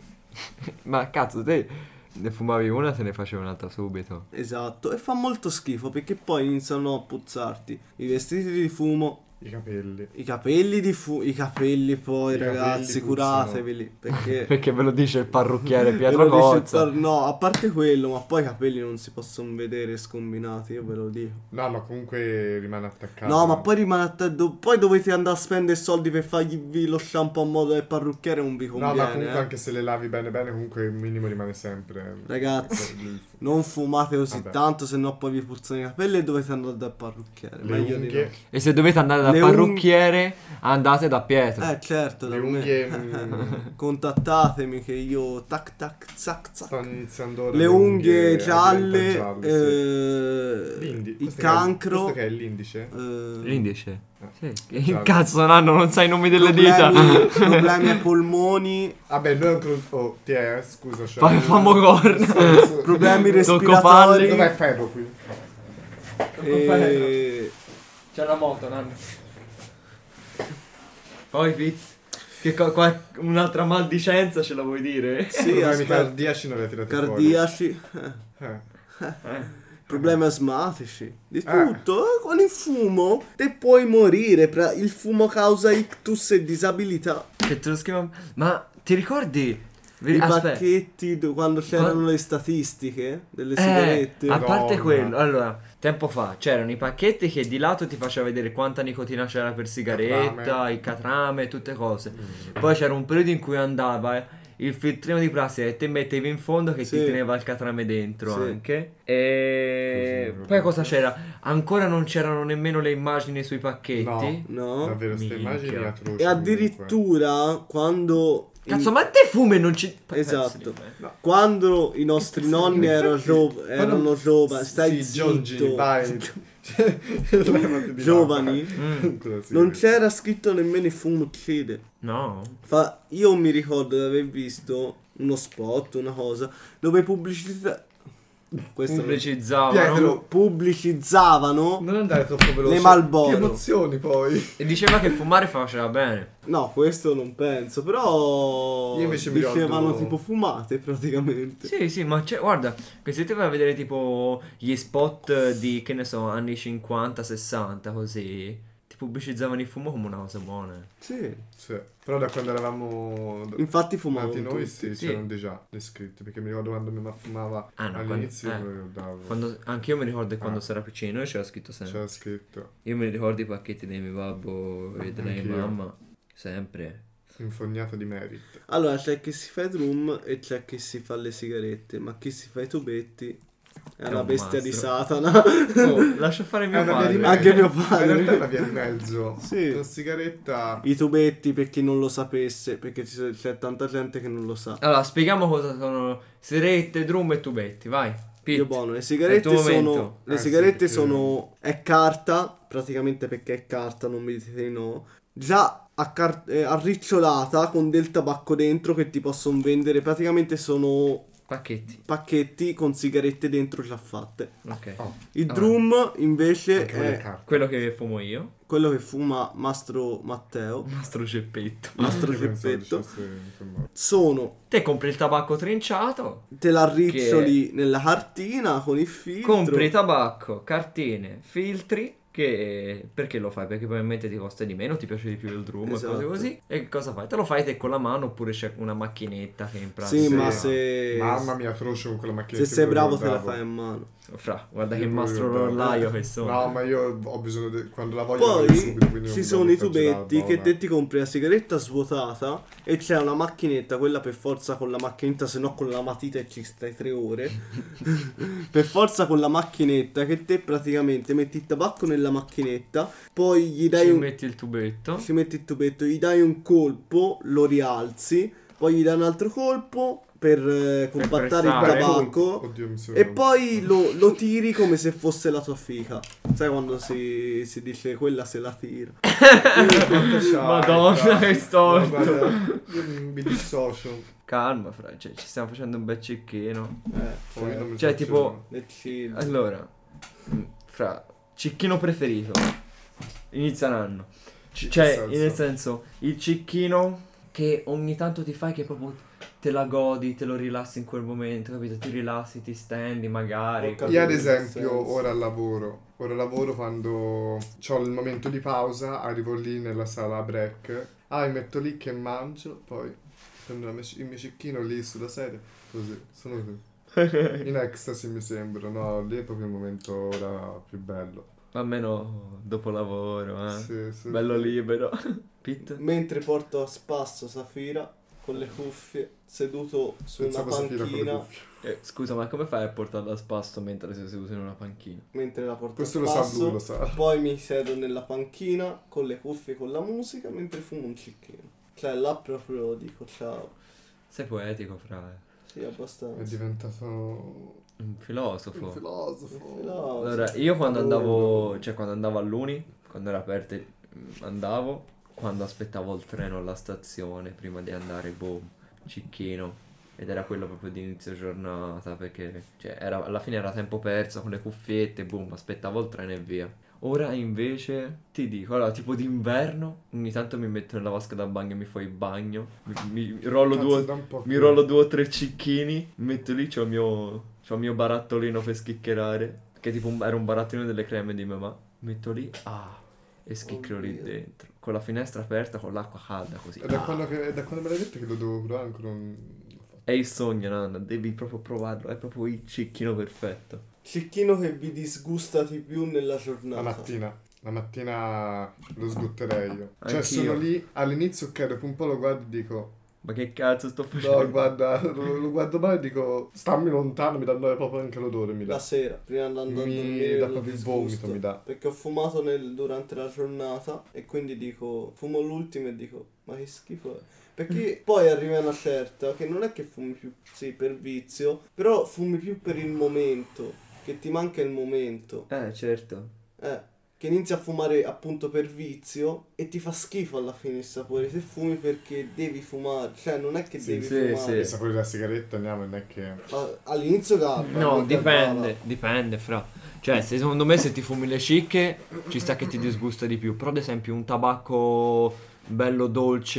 Speaker 1: Ma cazzo, te ne fumavi una te ne facevi un'altra subito.
Speaker 2: Esatto, e fa molto schifo perché poi iniziano a puzzarti i vestiti di fumo,
Speaker 3: I capelli.
Speaker 2: i capelli di fumo, i capelli poi
Speaker 3: I capelli
Speaker 2: ragazzi,
Speaker 3: puzzano.
Speaker 2: curateveli perché
Speaker 1: Perché ve lo dice il parrucchiere
Speaker 2: Ve
Speaker 1: Pietro
Speaker 2: Eh. lo dice il
Speaker 1: Cozza.
Speaker 2: par- no, a parte quello, ma poi i capelli non si possono vedere scombinati, io ve lo dico.
Speaker 3: No, ma comunque rimane attaccato.
Speaker 2: No, ma poi rimane a te- do- poi dovete andare a spendere soldi per fargli lo shampoo a modo del parrucchiere, non vi
Speaker 3: No,
Speaker 2: conviene.
Speaker 3: ma comunque
Speaker 2: eh.
Speaker 3: anche se le lavi bene bene, comunque il minimo rimane sempre. eh. Cioè,
Speaker 2: Ragazzi,
Speaker 3: Il-
Speaker 2: non fumate così
Speaker 3: Vabbè.
Speaker 2: tanto, se no poi vi puzzano i capelli e dovete andare dal parrucchiere.
Speaker 3: Le
Speaker 2: Meglio di
Speaker 3: unghie.
Speaker 2: no.
Speaker 1: E se dovete andare dal
Speaker 5: dal
Speaker 2: Le
Speaker 5: parrucchiere andate da Pietro.
Speaker 2: Eh certo, da
Speaker 3: Le
Speaker 2: me.
Speaker 3: unghie mm,
Speaker 2: Contattatemi che io tac tac zac zac.
Speaker 3: stanno iniziando ora.
Speaker 2: Le unghie gialle,
Speaker 3: diventano gialle,
Speaker 2: eh,
Speaker 3: sì. L'indi-
Speaker 2: il
Speaker 3: questo che è-
Speaker 2: cancro.
Speaker 3: Questo che è l'indice?
Speaker 2: eh,
Speaker 5: L'indice. Sì. Che
Speaker 3: Esatto.
Speaker 5: cazzo, Nanno, non sai i nomi delle dita.
Speaker 2: problemi, problemi ai polmoni,
Speaker 3: Vabbè, noi ancora... Oh, ti è... Scusa, cioè...
Speaker 5: Fai famo corno.
Speaker 2: problemi
Speaker 5: Tocco palle.
Speaker 2: respiratori. eh,
Speaker 3: Dov'è ferro qui?
Speaker 2: e-
Speaker 1: C'è una moto, Nanni. Poi, Pete, che co- qua- un'altra maldicenza ce la vuoi dire?
Speaker 2: sì,
Speaker 3: Problemi
Speaker 2: aspetta,
Speaker 3: cardiaci non li ha tirati
Speaker 2: cardiaci, eh,
Speaker 3: fuori. Eh.
Speaker 2: problemi asmatici, di
Speaker 3: Eh.
Speaker 2: tutto. Eh, Con il fumo te puoi morire, pra- il fumo causa ictus e disabilità.
Speaker 1: Che te lo scrivo... Ma ti ricordi?
Speaker 2: I
Speaker 1: Aspetta.
Speaker 2: pacchetti do- quando c'erano le statistiche delle
Speaker 1: Eh,
Speaker 2: sigarette.
Speaker 1: a parte
Speaker 3: Madonna.
Speaker 1: quello, allora, tempo fa c'erano i pacchetti che di lato ti faceva vedere quanta nicotina c'era per sigaretta,
Speaker 3: Catrame.
Speaker 1: il catrame, tutte cose.
Speaker 2: Mm.
Speaker 1: Poi c'era un periodo in cui andava eh, il filtrino di plastica che te mettevi in fondo che
Speaker 2: Sì.
Speaker 1: ti teneva il catrame dentro
Speaker 2: Sì.
Speaker 1: anche. E
Speaker 3: Così,
Speaker 1: poi cosa c'era? Ancora non c'erano nemmeno le immagini sui pacchetti.
Speaker 3: No.
Speaker 2: No?
Speaker 3: Davvero, queste
Speaker 1: Minchia.
Speaker 3: immagini atroci.
Speaker 2: E addirittura quando...
Speaker 1: Cazzo, ma te fumi e non ci...
Speaker 2: Esatto.
Speaker 1: Pezzi, eh.
Speaker 2: Quando i nostri nonni erano, gio- erano giovani, stai
Speaker 3: sì,
Speaker 2: zitto.
Speaker 3: Giorgi, vai. Cioè,
Speaker 2: Giovani? Non
Speaker 3: c'è
Speaker 2: c'era scritto nemmeno il fumo uccide.
Speaker 1: No.
Speaker 2: Fa- io mi ricordo di aver visto uno spot, una cosa, dove pubblicità... Questo non-
Speaker 1: Pubblicizzavano.
Speaker 3: Pietro,
Speaker 2: pubblicizzavano...
Speaker 3: non andare troppo veloce.
Speaker 2: Le Marlboro.
Speaker 3: Ti emozioni poi.
Speaker 1: E diceva che fumare faceva bene.
Speaker 2: No, questo non penso, però...
Speaker 3: Io invece mi
Speaker 2: dicevano
Speaker 3: ricordo-
Speaker 2: tipo fumate praticamente.
Speaker 1: Sì, sì, ma c'è, guarda, che se te vai a vedere tipo gli spot di, che ne so, anni 50, 60, così, ti pubblicizzavano il fumo come una cosa buona.
Speaker 2: Sì.
Speaker 3: Sì, Però da quando eravamo d-
Speaker 2: Infatti fumavano
Speaker 3: nati noi
Speaker 2: tutti.
Speaker 3: sì,
Speaker 1: Sì.
Speaker 3: c'erano già le scritte. Perché mi ricordo quando mia mamma fumava
Speaker 1: Ah, no, quando-
Speaker 3: all'inizio.
Speaker 1: eh.
Speaker 3: me lo davo.
Speaker 1: Quando, anche io mi ricordo quando
Speaker 3: Ah. Certo.
Speaker 1: sarà piccino e c'era scritto sempre.
Speaker 3: C'era scritto
Speaker 1: Io mi ricordo i pacchetti dei miei babbo e della mia
Speaker 3: Anch'io.
Speaker 1: mamma, sempre.
Speaker 3: infognata di merit.
Speaker 2: Allora c'è chi si fa i drum e c'è chi si fa le sigarette, ma chi si fa i tubetti è,
Speaker 1: È
Speaker 2: una
Speaker 1: un
Speaker 2: bestia di
Speaker 1: mastro.
Speaker 2: Satana.
Speaker 1: Oh, lascia fare
Speaker 3: È
Speaker 1: mio
Speaker 3: una via di
Speaker 1: padre.
Speaker 3: mezzo.
Speaker 2: Anche mio padre.
Speaker 3: In realtà è una via di mezzo.
Speaker 2: Sì. Eh,
Speaker 3: La sigaretta.
Speaker 2: I tubetti per chi non lo sapesse, perché ci so- c'è tanta gente che non lo sa.
Speaker 1: Allora, spieghiamo cosa sono sigarette, drum e tubetti, vai. Pete.
Speaker 2: Io buono, le
Speaker 1: è
Speaker 2: sigarette
Speaker 1: il tuo
Speaker 2: sono.
Speaker 1: momento. Ah,
Speaker 2: Le
Speaker 3: Eh,
Speaker 2: sigarette
Speaker 3: sì, perché-
Speaker 2: sono. È carta, praticamente perché è carta, non mi dite di no. Già accar- eh, arricciolata con del tabacco dentro che ti possono vendere. Praticamente sono
Speaker 1: Pacchetti,
Speaker 2: pacchetti con sigarette dentro già fatte.
Speaker 1: ok.
Speaker 3: Oh,
Speaker 2: Il
Speaker 1: Ah.
Speaker 2: drum invece
Speaker 3: anche quelle
Speaker 2: è
Speaker 3: carte.
Speaker 1: Quello che fumo io,
Speaker 2: quello che fuma Mastro Matteo,
Speaker 3: Mm.
Speaker 1: mastro ceppetto.
Speaker 2: Mastro
Speaker 3: Io penso
Speaker 2: Geppetto.
Speaker 3: dicesse in quel modo.
Speaker 2: Sono
Speaker 1: Te compri il tabacco trinciato,
Speaker 2: te la riccioli nella cartina con il filtro.
Speaker 1: Compri tabacco, cartine, filtri. Che perché lo fai? Perché probabilmente ti costa di meno, ti piace di più il drum
Speaker 2: Esatto.
Speaker 1: e cose così. E che cosa fai? Te lo fai te con la mano oppure c'è una macchinetta che in pratica.
Speaker 2: Sì, ma se
Speaker 3: Mamma mia, atroce con quella macchina.
Speaker 2: se sei bravo te la fai a mano.
Speaker 1: Fra, guarda che mastro rollaio che sono.
Speaker 3: No, ma io ho bisogno di... Quando la voglio... la voglio subito,
Speaker 2: Poi
Speaker 3: quindi non
Speaker 2: ci
Speaker 3: mi
Speaker 2: sono
Speaker 3: voglio
Speaker 2: i
Speaker 3: far girare la
Speaker 2: tubetti che
Speaker 3: bolla.
Speaker 2: te ti compri la sigaretta svuotata e c'è una macchinetta, quella per forza con la macchinetta, se no con la matita e ci stai tre ore. per forza con la macchinetta che te praticamente metti il tabacco nella macchinetta, poi gli dai
Speaker 1: Ci
Speaker 2: un
Speaker 1: metti il tubetto.
Speaker 2: Ci metti il tubetto, gli dai un colpo, lo rialzi, poi gli dai un altro colpo per eh, compattare il
Speaker 1: pressare.
Speaker 2: tabacco.
Speaker 3: Oddio, mi sono...
Speaker 2: E poi lo, lo tiri come se fosse la tua fica. Sai quando si, si dice quella se la tira.
Speaker 1: Madonna, che
Speaker 3: No,
Speaker 1: storto.
Speaker 3: guarda, io mi dissocio.
Speaker 1: Calma, fra, cioè, ci stiamo facendo un bel cecchino.
Speaker 2: Eh,
Speaker 3: Oh, io non mi
Speaker 1: Cioè,
Speaker 3: faccio-
Speaker 1: tipo-
Speaker 2: le chill.
Speaker 1: Allora, mm, fra cicchino preferito. Inizia l'anno. C-
Speaker 3: In
Speaker 1: cioè,
Speaker 3: che senso?
Speaker 1: nel senso, il cicchino che ogni tanto ti fai che proprio te la godi, te lo rilassi in quel momento, capito? Ti rilassi, ti stendi magari.
Speaker 2: Ho capito.
Speaker 3: Io ad
Speaker 2: Nel
Speaker 3: esempio
Speaker 2: senso.
Speaker 3: ora al lavoro, ora al lavoro quando ho il momento di pausa, arrivo lì nella sala a break, ah mi metto lì che mangio, poi prendo la mia- il mio cicchino lì sulla sedia, così, sono così. In ecstasy mi sembra, no, lì è proprio il momento ora più bello.
Speaker 1: Almeno dopo lavoro, eh.
Speaker 3: Sì, Mm. sì.
Speaker 1: Bello libero. Pit?
Speaker 2: Mentre porto a spasso Safira, con le cuffie, seduto su una
Speaker 3: Pensavo si tira con le
Speaker 2: panchina
Speaker 3: cuffie.
Speaker 1: Eh, scusa, ma come fai a portarla a spasso mentre sei seduto in una panchina?
Speaker 2: mentre la porto
Speaker 3: Questo
Speaker 2: a
Speaker 3: lo sa
Speaker 2: spasso.
Speaker 3: lui, lo sa.
Speaker 2: Poi mi siedo nella panchina con le cuffie, con la musica, mentre fumo un cicchino. Cioè, là proprio dico ciao.
Speaker 1: Sei poetico, fra. eh.
Speaker 2: Sì, abbastanza.
Speaker 3: È diventato un
Speaker 1: Un filosofo.
Speaker 3: filosofo.
Speaker 2: Filosofo.
Speaker 1: Allora, io quando
Speaker 3: Adoro.
Speaker 1: andavo, cioè quando andavo all'Uni, quando era aperta, mm, andavo, quando aspettavo il treno alla stazione prima di andare, boom, cicchino. Ed era quello proprio di inizio giornata, perché cioè, era- alla fine era tempo perso con le cuffiette, boom, aspettavo il treno e via. Ora invece ti dico, allora tipo d'inverno, ogni tanto mi metto nella vasca da bagno e mi fai il bagno, mi, mi rollo
Speaker 3: Cazzo,
Speaker 1: due,
Speaker 3: da un po'
Speaker 1: mi
Speaker 3: che-
Speaker 1: rollo due o tre cicchini, mi metto lì, c'ho il mio, c'ho il mio barattolino per schiccherare, che tipo un- era un barattolino delle creme di mamma. Metto lì, ah, e schicchero lì
Speaker 2: Oddio.
Speaker 1: dentro, con la finestra aperta, con l'acqua calda così.
Speaker 3: È da,
Speaker 1: ah.
Speaker 3: quando che- è da quando me l'hai detto che lo devo provare ancora un...
Speaker 1: È il sogno, nonna, devi proprio provarlo, è proprio il cicchino perfetto.
Speaker 2: Cicchino che vi disgusta di più nella
Speaker 3: La
Speaker 2: giornata.
Speaker 3: mattina. La mattina lo sgotterei io. Cioè
Speaker 1: Anch'io.
Speaker 3: sono lì, all'inizio ok, dopo un po' lo guardo e dico...
Speaker 1: Ma che cazzo sto facendo?
Speaker 3: No, guarda, lo, lo guardo male e dico... Stammi lontano, mi dà noia proprio anche l'odore, mi
Speaker 2: La
Speaker 3: dà.
Speaker 2: sera, prima andando
Speaker 3: Mi
Speaker 2: a dormire,
Speaker 3: dà
Speaker 2: lo
Speaker 3: proprio il
Speaker 2: disgusto,
Speaker 3: vomito, mi dà.
Speaker 2: Perché ho fumato nel- durante la giornata e quindi dico, fumo l'ultimo e dico, ma che schifo è. Perché poi arriva una certa che non è che fumi più, sì, per vizio, però fumi più per il momento, che ti manca il momento.
Speaker 1: Eh, certo.
Speaker 2: Eh, che inizi a fumare appunto per vizio e ti fa schifo alla fine il sapore. Se fumi perché devi fumare, cioè non è che
Speaker 1: Sì,
Speaker 2: devi
Speaker 1: sì,
Speaker 2: fumare.
Speaker 3: Il sapore della sigaretta, andiamo, non è che...
Speaker 2: A- All'inizio garba.
Speaker 5: No,
Speaker 2: poi
Speaker 5: dipende,
Speaker 2: garbava.
Speaker 5: dipende, fra. Cioè, se- secondo me se ti fumi le cicche ci sta che ti disgusta di più. Però, ad esempio, un tabacco bello dolce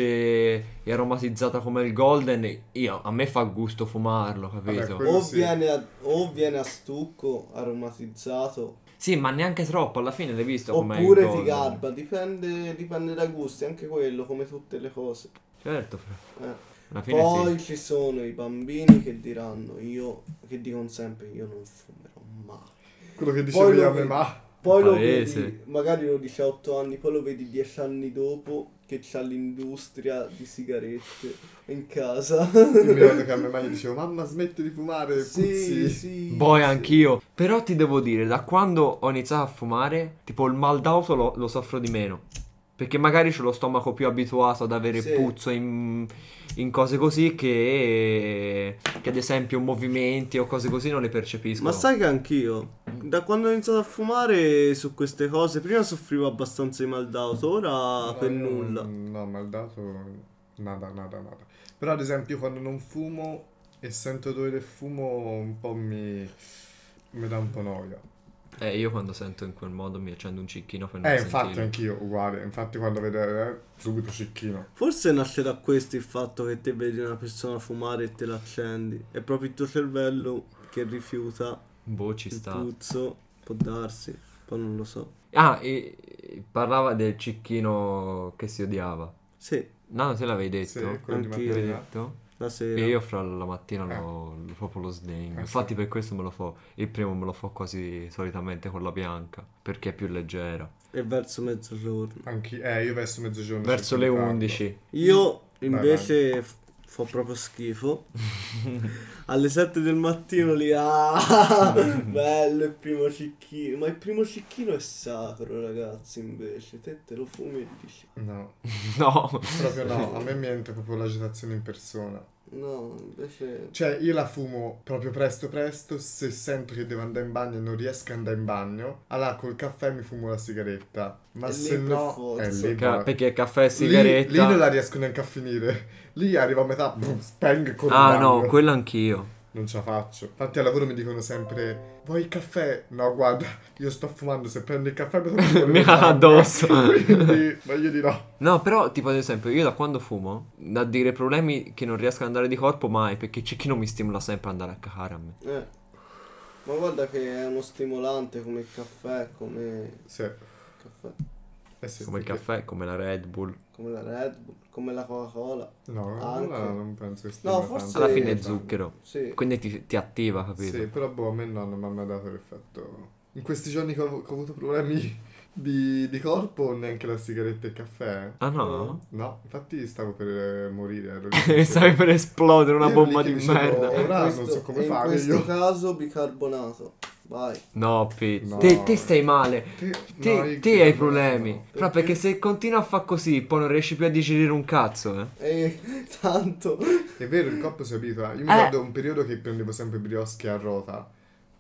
Speaker 5: e aromatizzato come il golden, io, a me fa gusto fumarlo, capito?
Speaker 3: quello-
Speaker 2: O
Speaker 3: sì.
Speaker 2: viene, a, o viene a stucco aromatizzato
Speaker 5: Sì, ma neanche troppo, alla fine l'hai visto com'è Cioè, il
Speaker 2: oppure ti
Speaker 5: golden.
Speaker 2: garba, dipende, dipende dai gusti, anche quello come tutte le cose.
Speaker 5: Certo, fra.
Speaker 2: eh.
Speaker 5: Alla fine sì.
Speaker 2: Poi ci sono i bambini che diranno io, che dicono sempre io non fumerò mai.
Speaker 3: Quello che dicevo io a me,
Speaker 2: vedi-
Speaker 3: ma...
Speaker 2: Poi lo
Speaker 5: Palese.
Speaker 2: vedi, magari lo dice a 8 anni, poi lo vedi 10 anni dopo che c'ha l'industria di sigarette in casa.
Speaker 3: Io mi ricordo che a mia madre dicevo, mamma smetti di fumare, puzzi.
Speaker 2: sì, sì.
Speaker 5: Boy,
Speaker 2: sì.
Speaker 5: Boh, anch'io. Però ti devo dire, da quando ho iniziato a fumare, tipo il mal d'auto lo, lo soffro di meno. Perché magari c'ho lo stomaco più abituato ad avere
Speaker 2: Sì.
Speaker 5: puzzo in, in cose così che, che ad esempio movimenti o cose così non le percepisco.
Speaker 2: Ma sai che anch'io, da quando ho iniziato a fumare su queste cose, prima soffrivo abbastanza di mal d'auto, ora
Speaker 3: No,
Speaker 2: per
Speaker 3: io non-
Speaker 2: nulla.
Speaker 3: Ehm, No, mal dato, nada, nada, nada. Però ad esempio quando non fumo e sento odore del fumo un po' mi... mi dà un po' noia.
Speaker 5: Eh, io quando sento in quel modo mi accendo un cicchino per non
Speaker 3: Eh,
Speaker 5: sentirlo.
Speaker 3: infatti anch'io uguale, infatti quando vedo eh, subito cicchino.
Speaker 2: Forse nasce da questo il fatto che te vedi una persona fumare e te l'accendi. È proprio il tuo cervello che rifiuta
Speaker 5: Boh, ci
Speaker 2: il
Speaker 5: sta.
Speaker 2: puzzo, può darsi, poi non lo so.
Speaker 5: Ah, e- e parlava del cicchino che si odiava.
Speaker 2: Sì,
Speaker 5: No, te l'avevi detto.
Speaker 3: Sì, quello di
Speaker 2: anch'io.
Speaker 5: L'avevi
Speaker 3: mattina.
Speaker 5: detto?
Speaker 2: la sera.
Speaker 5: E io fra la mattina lo, lo- proprio lo sdegno.
Speaker 3: Eh,
Speaker 5: Infatti
Speaker 3: sì.
Speaker 5: per questo me lo fo. Il primo me lo fo quasi solitamente con la bianca, perché è più leggera.
Speaker 2: E verso mezzogiorno.
Speaker 3: Anch'io, eh, io verso mezzogiorno. esatto.
Speaker 5: Verso le
Speaker 3: cerco di farlo.
Speaker 5: 11.
Speaker 2: Io
Speaker 3: Mm. vai.
Speaker 2: invece f- Fa proprio schifo. Alle 7 del mattino lì, ah, bello il primo cicchino. Ma il primo cicchino è sacro, ragazzi. Invece, te te lo fumi e dici,
Speaker 3: No,
Speaker 5: No.
Speaker 3: proprio no, a me mi entra proprio l'agitazione in persona.
Speaker 2: no, invece.
Speaker 3: Cioè, io la fumo proprio presto presto, se sento che devo andare in bagno e non riesco ad andare in bagno, allora col caffè mi fumo la sigaretta. Ma
Speaker 2: È lì
Speaker 3: se
Speaker 2: per
Speaker 3: no,
Speaker 2: forza.
Speaker 3: è lì,
Speaker 5: Ca-
Speaker 3: ma-
Speaker 5: perché caffè e
Speaker 3: lì, lì non
Speaker 5: sigaretta.
Speaker 3: la riesco neanche a finire. Lì arrivo a metà, boom, spengo con
Speaker 5: ah no, quello anch'io.
Speaker 3: Non ce la faccio. Infatti al lavoro mi dicono sempre, vuoi il caffè? No, guarda, io sto fumando, se prendo il caffè mi tocca
Speaker 5: Mi ha addosso.
Speaker 3: Quindi, meglio di no.
Speaker 5: No, però tipo ad esempio io da quando fumo, da dire problemi che non riesco ad andare di corpo mai, perché il cicchino mi stimola sempre ad andare a cacare a me.
Speaker 2: Eh. Ma guarda che è uno stimolante come il caffè, come
Speaker 3: Sì,
Speaker 2: caffè,
Speaker 3: eh sì,
Speaker 5: Come il
Speaker 3: perché-
Speaker 5: caffè, come la Red Bull.
Speaker 2: come la Red Bull, come la Coca-Cola.
Speaker 3: No,
Speaker 2: Anche.
Speaker 3: allora non penso che
Speaker 2: Ah, No,
Speaker 3: stia
Speaker 2: forse-
Speaker 5: Alla
Speaker 2: Sì,
Speaker 5: fine è
Speaker 2: esatto.
Speaker 5: zucchero.
Speaker 2: Sì.
Speaker 5: Quindi ti, ti attiva, capito?
Speaker 3: Sì, però boh, a me no, non mi ha mai dato l'effetto. In questi giorni che ho, che ho avuto problemi di, di corpo neanche la sigaretta e il caffè.
Speaker 5: Ah no?
Speaker 3: No, infatti stavo per eh, morire. ero lì che-
Speaker 5: Stavi per esplodere una
Speaker 3: Io
Speaker 5: bomba
Speaker 3: lì che
Speaker 5: di
Speaker 3: dicevo,
Speaker 5: merda.
Speaker 3: Ora non so come
Speaker 2: e
Speaker 3: fare
Speaker 2: In questo
Speaker 3: io.
Speaker 2: caso bicarbonato. Vai.
Speaker 5: No, Pete.
Speaker 3: No.
Speaker 5: Te, te stai male.
Speaker 3: Te,
Speaker 5: Te,
Speaker 3: no, io-
Speaker 5: te hai problemi.
Speaker 3: no.
Speaker 5: Fra, perché se continui a fare così, poi non riesci più a digerire un cazzo, eh.
Speaker 2: E tanto. Eh,
Speaker 3: È vero, il corpo si abitua. Io mi
Speaker 5: Eh.
Speaker 3: ricordo un periodo che prendevo sempre brioschi a rota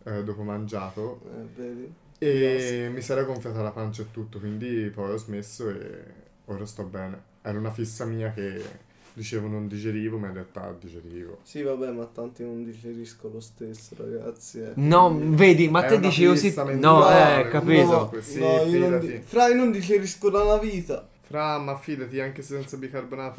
Speaker 3: eh, dopo mangiato
Speaker 2: Eh, vedi.
Speaker 3: e
Speaker 2: Brioschi.
Speaker 3: mi sarei gonfiata la pancia e tutto, quindi poi ho smesso e ora sto bene. Era una fissa mia che dicevo non digerivo, ma in realtà "Ah, digerivo.
Speaker 2: Sì, vabbè, ma tanti non digerisco lo stesso, ragazzi. eh.
Speaker 5: No, vedi, ma
Speaker 3: È
Speaker 5: te
Speaker 3: una
Speaker 5: dici così.
Speaker 3: fissa
Speaker 5: No,
Speaker 3: mentale,
Speaker 5: eh, capito.
Speaker 3: no. Sì,
Speaker 2: io non
Speaker 3: fidati.
Speaker 2: di- fra io non digerisco da una vita.
Speaker 3: Fra, ma fidati, anche se senza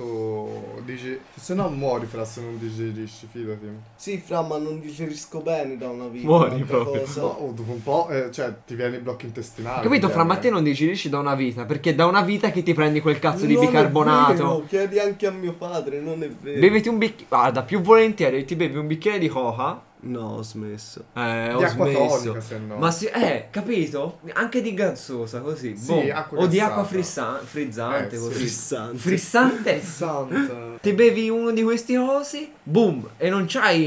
Speaker 3: bicarbonato dici... Se no muori, fra, se non digerisci, fidati.
Speaker 2: Sì, fra, ma non digerisco bene da una vita.
Speaker 5: Muori
Speaker 2: un'altra
Speaker 5: proprio.
Speaker 2: cosa.
Speaker 3: No, o dopo un po', eh, cioè, ti viene il blocco intestinale.
Speaker 5: Capito,
Speaker 3: ti
Speaker 5: Fra,
Speaker 3: viene-
Speaker 5: ma te non digerisci da una vita, perché è da una vita che ti prendi quel cazzo di
Speaker 2: Non è
Speaker 5: bicarbonato.
Speaker 2: vero, chiedi anche a mio padre, non è vero.
Speaker 5: Beviti un bicchiere. Guarda, più volentieri ti bevi un bicchiere di coca.
Speaker 2: No, ho smesso.
Speaker 5: Eh,
Speaker 3: Di
Speaker 5: ho
Speaker 3: acqua tonica,
Speaker 5: smesso.
Speaker 3: se no.
Speaker 1: Ma sì, eh, capito? Anche di gazzosa così.
Speaker 3: Sì,
Speaker 1: boh.
Speaker 3: acqua
Speaker 1: o di
Speaker 3: gassata.
Speaker 1: acqua frissa- frizzante
Speaker 3: Eh, sì.
Speaker 1: così.
Speaker 2: Frissante.
Speaker 1: Frissante?
Speaker 3: Santa.
Speaker 1: Ti bevi uno di questi cosi, boom, e non c'hai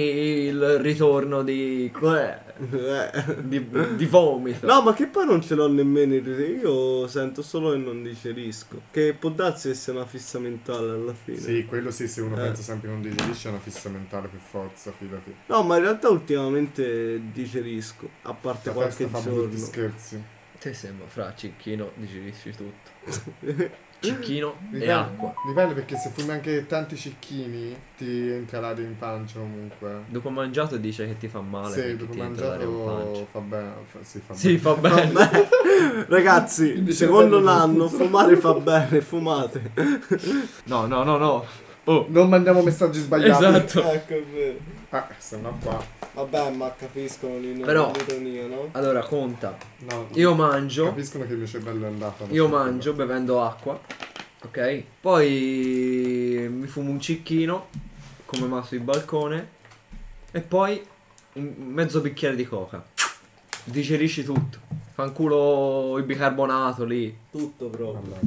Speaker 1: il ritorno di.
Speaker 2: Eh.
Speaker 1: di, di vomito.
Speaker 2: No, ma che poi non ce l'ho nemmeno in rete. Io sento solo che non digerisco. Che può darsi che sia una fissa mentale alla fine.
Speaker 3: Sì, quello sì, se uno
Speaker 2: Eh.
Speaker 3: pensa sempre non digerisce è una fissa mentale per forza, fidati.
Speaker 2: No, ma in realtà ultimamente digerisco. A parte
Speaker 3: La
Speaker 2: qualche
Speaker 3: testa fa brutti
Speaker 2: giorno.
Speaker 3: scherzi.
Speaker 1: Te sembra fra cicchino, digerisci tutto. Cicchino e
Speaker 3: Dipende-
Speaker 1: acqua.
Speaker 3: Dipende perché se fumi anche tanti cicchini ti entra l'aria in pancia comunque.
Speaker 1: Dopo mangiato dice che ti fa male
Speaker 3: se
Speaker 1: perché
Speaker 3: dopo
Speaker 1: ti entra l'aria in
Speaker 3: mangiato
Speaker 1: pancia.
Speaker 3: fa bene, fa- sì, fa
Speaker 1: Sì, fa bene.
Speaker 2: Ragazzi, secondo l'anno fumare fa bene, fumate.
Speaker 5: No, no, no, no.
Speaker 1: Oh,
Speaker 3: Non mandiamo messaggi sbagliati.
Speaker 1: esatto.
Speaker 2: ecco, è vero.
Speaker 3: Ah, se no qua.
Speaker 2: Vabbè, ma capiscono lì, non
Speaker 1: Però-
Speaker 2: l'ironia, no?
Speaker 1: Allora, conta.
Speaker 3: No,
Speaker 1: Io mangio.
Speaker 3: Capiscono che il mio cervello è andato.
Speaker 1: Io mangio bevendo acqua, ok? Poi mi fumo un cicchino, come masso di balcone, e poi un mezzo bicchiere di coca. Digerisci tutto. Fanculo il bicarbonato lì.
Speaker 2: Tutto proprio.
Speaker 3: Allora,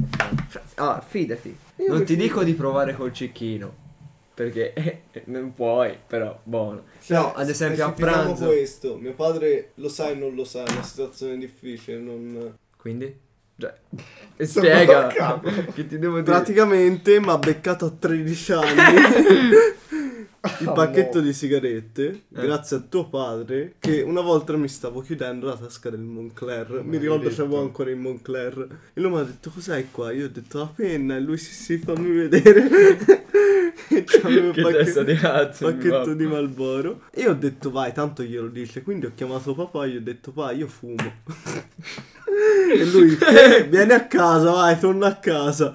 Speaker 1: Fra- Ah, fidati.
Speaker 2: Io
Speaker 1: non
Speaker 2: mi
Speaker 1: ti
Speaker 2: fido.
Speaker 1: dico di provare col cicchino. Perché eh, non puoi, però buono. No, ad esempio a
Speaker 2: Cioè, specifichiamo
Speaker 1: pranzo.
Speaker 2: questo, mio padre lo sa e non lo sa, è una situazione difficile, non...
Speaker 1: Quindi? Cioè,
Speaker 3: Sono
Speaker 1: spiega.
Speaker 3: dal capo.
Speaker 1: Che ti devo dire?
Speaker 2: Praticamente mi ha beccato a 13 anni il
Speaker 3: Ah,
Speaker 2: pacchetto
Speaker 3: mo.
Speaker 2: di sigarette
Speaker 1: Eh.
Speaker 2: grazie a tuo padre che una volta mi stavo chiudendo la tasca del Moncler. Mi ricordo
Speaker 3: Maledetto.
Speaker 2: c'avevo ancora il Moncler e lui mi ha detto cos'hai qua? Io ho detto la penna e lui si sì, sì, fammi vedere. e c'avevo il
Speaker 1: che
Speaker 2: pacchetto-
Speaker 1: testa di cazzo. mi
Speaker 2: pacchetto
Speaker 1: fa.
Speaker 2: di Malboro. E io ho detto vai, tanto glielo dice. Quindi ho chiamato papà e gli ho detto vai, io fumo. e lui "Eh, vieni a casa, vai, torna a casa.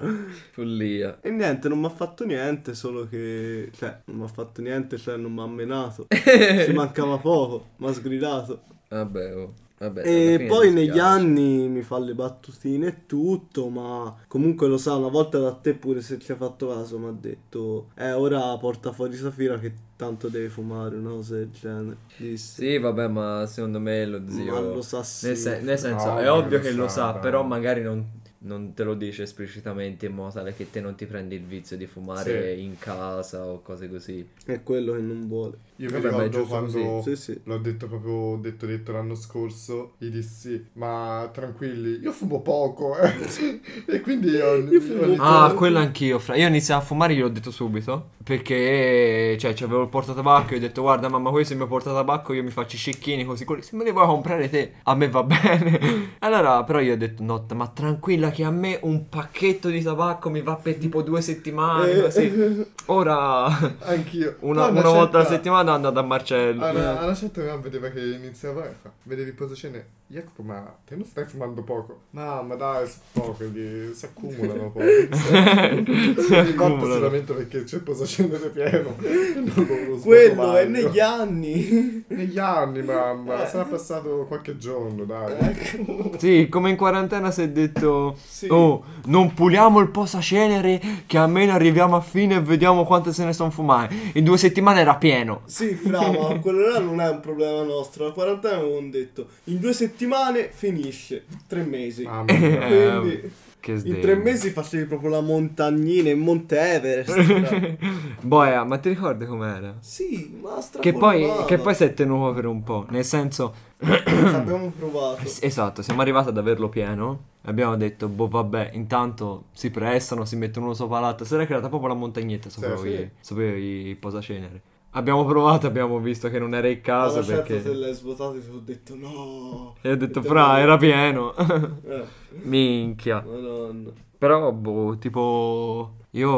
Speaker 1: Follia.
Speaker 2: E niente, non mi ha fatto niente, solo che... Cioè, non mi ha fatto niente, cioè non mi ha menato. Ci mancava poco, mi ha sgridato.
Speaker 1: Vabbè, oh, vabbè, alla
Speaker 2: E
Speaker 1: fine
Speaker 2: poi
Speaker 1: mi
Speaker 2: negli
Speaker 1: spiace.
Speaker 2: anni mi fa le battutine e tutto, ma comunque lo sa, una volta da te pure se ci ha fatto caso mi ha detto "Eh, ora porta fuori Safira che tanto deve fumare", una cosa del genere. Disse.
Speaker 1: Sì, vabbè, ma secondo me lo zio...
Speaker 2: Ma lo sa sì.
Speaker 1: Nel, sen- nel senso,
Speaker 3: No,
Speaker 1: è
Speaker 3: ma
Speaker 1: ovvio
Speaker 3: lo
Speaker 1: che
Speaker 3: sa,
Speaker 1: lo sa,
Speaker 3: però.
Speaker 1: però magari non, non te lo dice esplicitamente in modo tale che te non ti prendi il vizio di fumare
Speaker 3: Sì.
Speaker 1: in casa o cose così.
Speaker 2: È quello che non vuole.
Speaker 3: Io mi
Speaker 1: Vabbè, ma è
Speaker 3: ricordo
Speaker 1: giusto così.
Speaker 3: quando
Speaker 2: Sì, sì.
Speaker 3: l'ho detto proprio detto detto l'anno scorso, gli dissi "Ma tranquilli, io fumo poco". eh." e quindi io,
Speaker 2: Io fumo
Speaker 3: ogni
Speaker 2: poco.
Speaker 5: Ah,
Speaker 3: giorno-
Speaker 5: quello anch'io, Fra. Io iniziavo a fumare, gliel'ho detto subito. Perché, cioè, c'avevo il portatabacco. Io ho detto, guarda, mamma, questo è il mio portatabacco. Io mi faccio i cicchini così. quelli- Se me li vuoi comprare te, a me va bene. Allora, però, io ho detto, no, ma tranquilla, che a me un pacchetto di tabacco mi va per tipo due settimane.
Speaker 2: Eh,
Speaker 5: Così. Ora.
Speaker 3: Anch'io.
Speaker 5: Una,
Speaker 3: Poi
Speaker 5: una volta alla
Speaker 3: certa-
Speaker 5: settimana andavo da Marcello.
Speaker 3: Alla, alla certa mia mamma vedeva che iniziava e fa, vedevi il cene Jacopo ma te non stai fumando poco? No ma dai so poco di- si accumulano poco Il corpo si
Speaker 5: accumulano.
Speaker 3: lamenta perché c'è il posacenere pieno Non lo-
Speaker 2: Quello
Speaker 3: lo svuoto
Speaker 2: è
Speaker 3: mai.
Speaker 2: negli anni.
Speaker 3: Negli anni mamma sarà passato qualche giorno dai
Speaker 1: Eh,
Speaker 5: Sì, come in quarantena si è detto.
Speaker 2: Sì.
Speaker 5: Oh, non puliamo il posacenere che almeno arriviamo a fine e vediamo quante se ne sono fumate. In due settimane era pieno.
Speaker 2: Sì, bravo, ma quello là non è un problema nostro. La quarantena avevamo detto, in due settimane finisce. Tre mesi.
Speaker 3: Mamma mia.
Speaker 2: Quindi
Speaker 1: Che
Speaker 2: in
Speaker 1: Eh, sdegno.
Speaker 2: tre mesi facevi proprio la montagnina in Monte Everest. cioè.
Speaker 1: Boia, ma ti ricordi com'era?
Speaker 2: sì, ma stra
Speaker 1: Che poi, che poi si è tenuto per un po'. Nel senso,
Speaker 2: abbiamo provato.
Speaker 1: s- esatto, siamo arrivati ad averlo pieno. Abbiamo detto, boh, vabbè, intanto si prestano, si mettono uno sopra l'altro. Si era creata proprio la montagnetta sopra,
Speaker 3: Sì,
Speaker 1: i,
Speaker 3: sì.
Speaker 1: sopra i posacenere. Abbiamo provato, abbiamo visto che non era il
Speaker 2: Ma
Speaker 1: caso
Speaker 2: la certa
Speaker 1: perché...
Speaker 2: se l'hai svuotato ti ho detto no.
Speaker 1: E ho detto,
Speaker 2: Te
Speaker 1: fra,
Speaker 2: lo-
Speaker 1: era pieno.
Speaker 2: Eh,
Speaker 1: Minchia.
Speaker 2: madonna.
Speaker 1: Però, boh, tipo... Io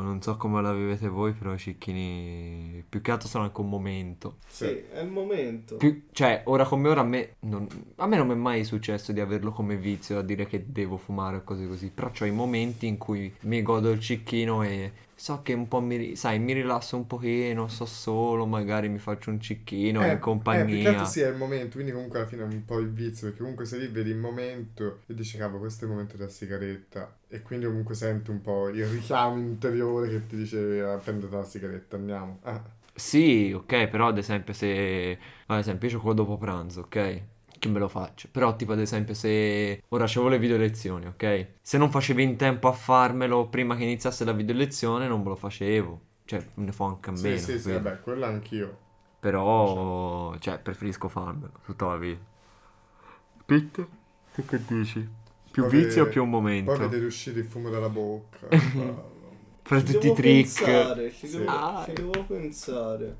Speaker 1: non so come la vivete voi, però i cicchini... Più che altro sono anche un momento.
Speaker 2: Sì, è il momento.
Speaker 1: Più- cioè, ora come ora a me, non, a me non mi è mai successo di averlo come vizio, a dire che devo fumare o cose così. Però c'ho i momenti in cui mi godo il cicchino e so che un po' mi, ri- sai, mi rilasso un pochino, sto solo, magari mi faccio un cicchino
Speaker 3: Eh,
Speaker 1: in
Speaker 3: Eh, più che altro
Speaker 1: compagnia.
Speaker 3: sì, è il momento, quindi comunque alla fine è un po' il vizio, perché comunque se lì vedi il momento e dici, cavolo, questo è il momento della sigaretta, e quindi comunque senti un po' il richiamo interiore che ti dice, "Ah, prendete la sigaretta, andiamo. Ah,
Speaker 1: Sì, ok, però ad esempio se... Ad esempio io gioco dopo pranzo, ok? Che me lo faccio. Però tipo ad esempio se... Ora c'avevo le video lezioni, ok? Se non facevi in tempo a farmelo prima che iniziasse la video lezione non me lo facevo. Cioè, ne fo anche a
Speaker 3: sì,
Speaker 1: meno.
Speaker 3: sì, sì,
Speaker 1: quindi.
Speaker 3: vabbè, quello anch'io.
Speaker 1: Però, cioè, preferisco farmelo tutta la vita. Pitt, tu che dici? Più
Speaker 3: Poi
Speaker 1: vizio o
Speaker 3: vede-
Speaker 1: più un momento?
Speaker 3: Poi vedi uscire il fumo dalla bocca. Cavolo.
Speaker 1: Fra
Speaker 2: Ci
Speaker 1: tutti i
Speaker 2: devo
Speaker 1: trick.
Speaker 2: Pensare, ci,
Speaker 3: Sì.
Speaker 2: devo,
Speaker 1: Ah.
Speaker 2: ci devo pensare.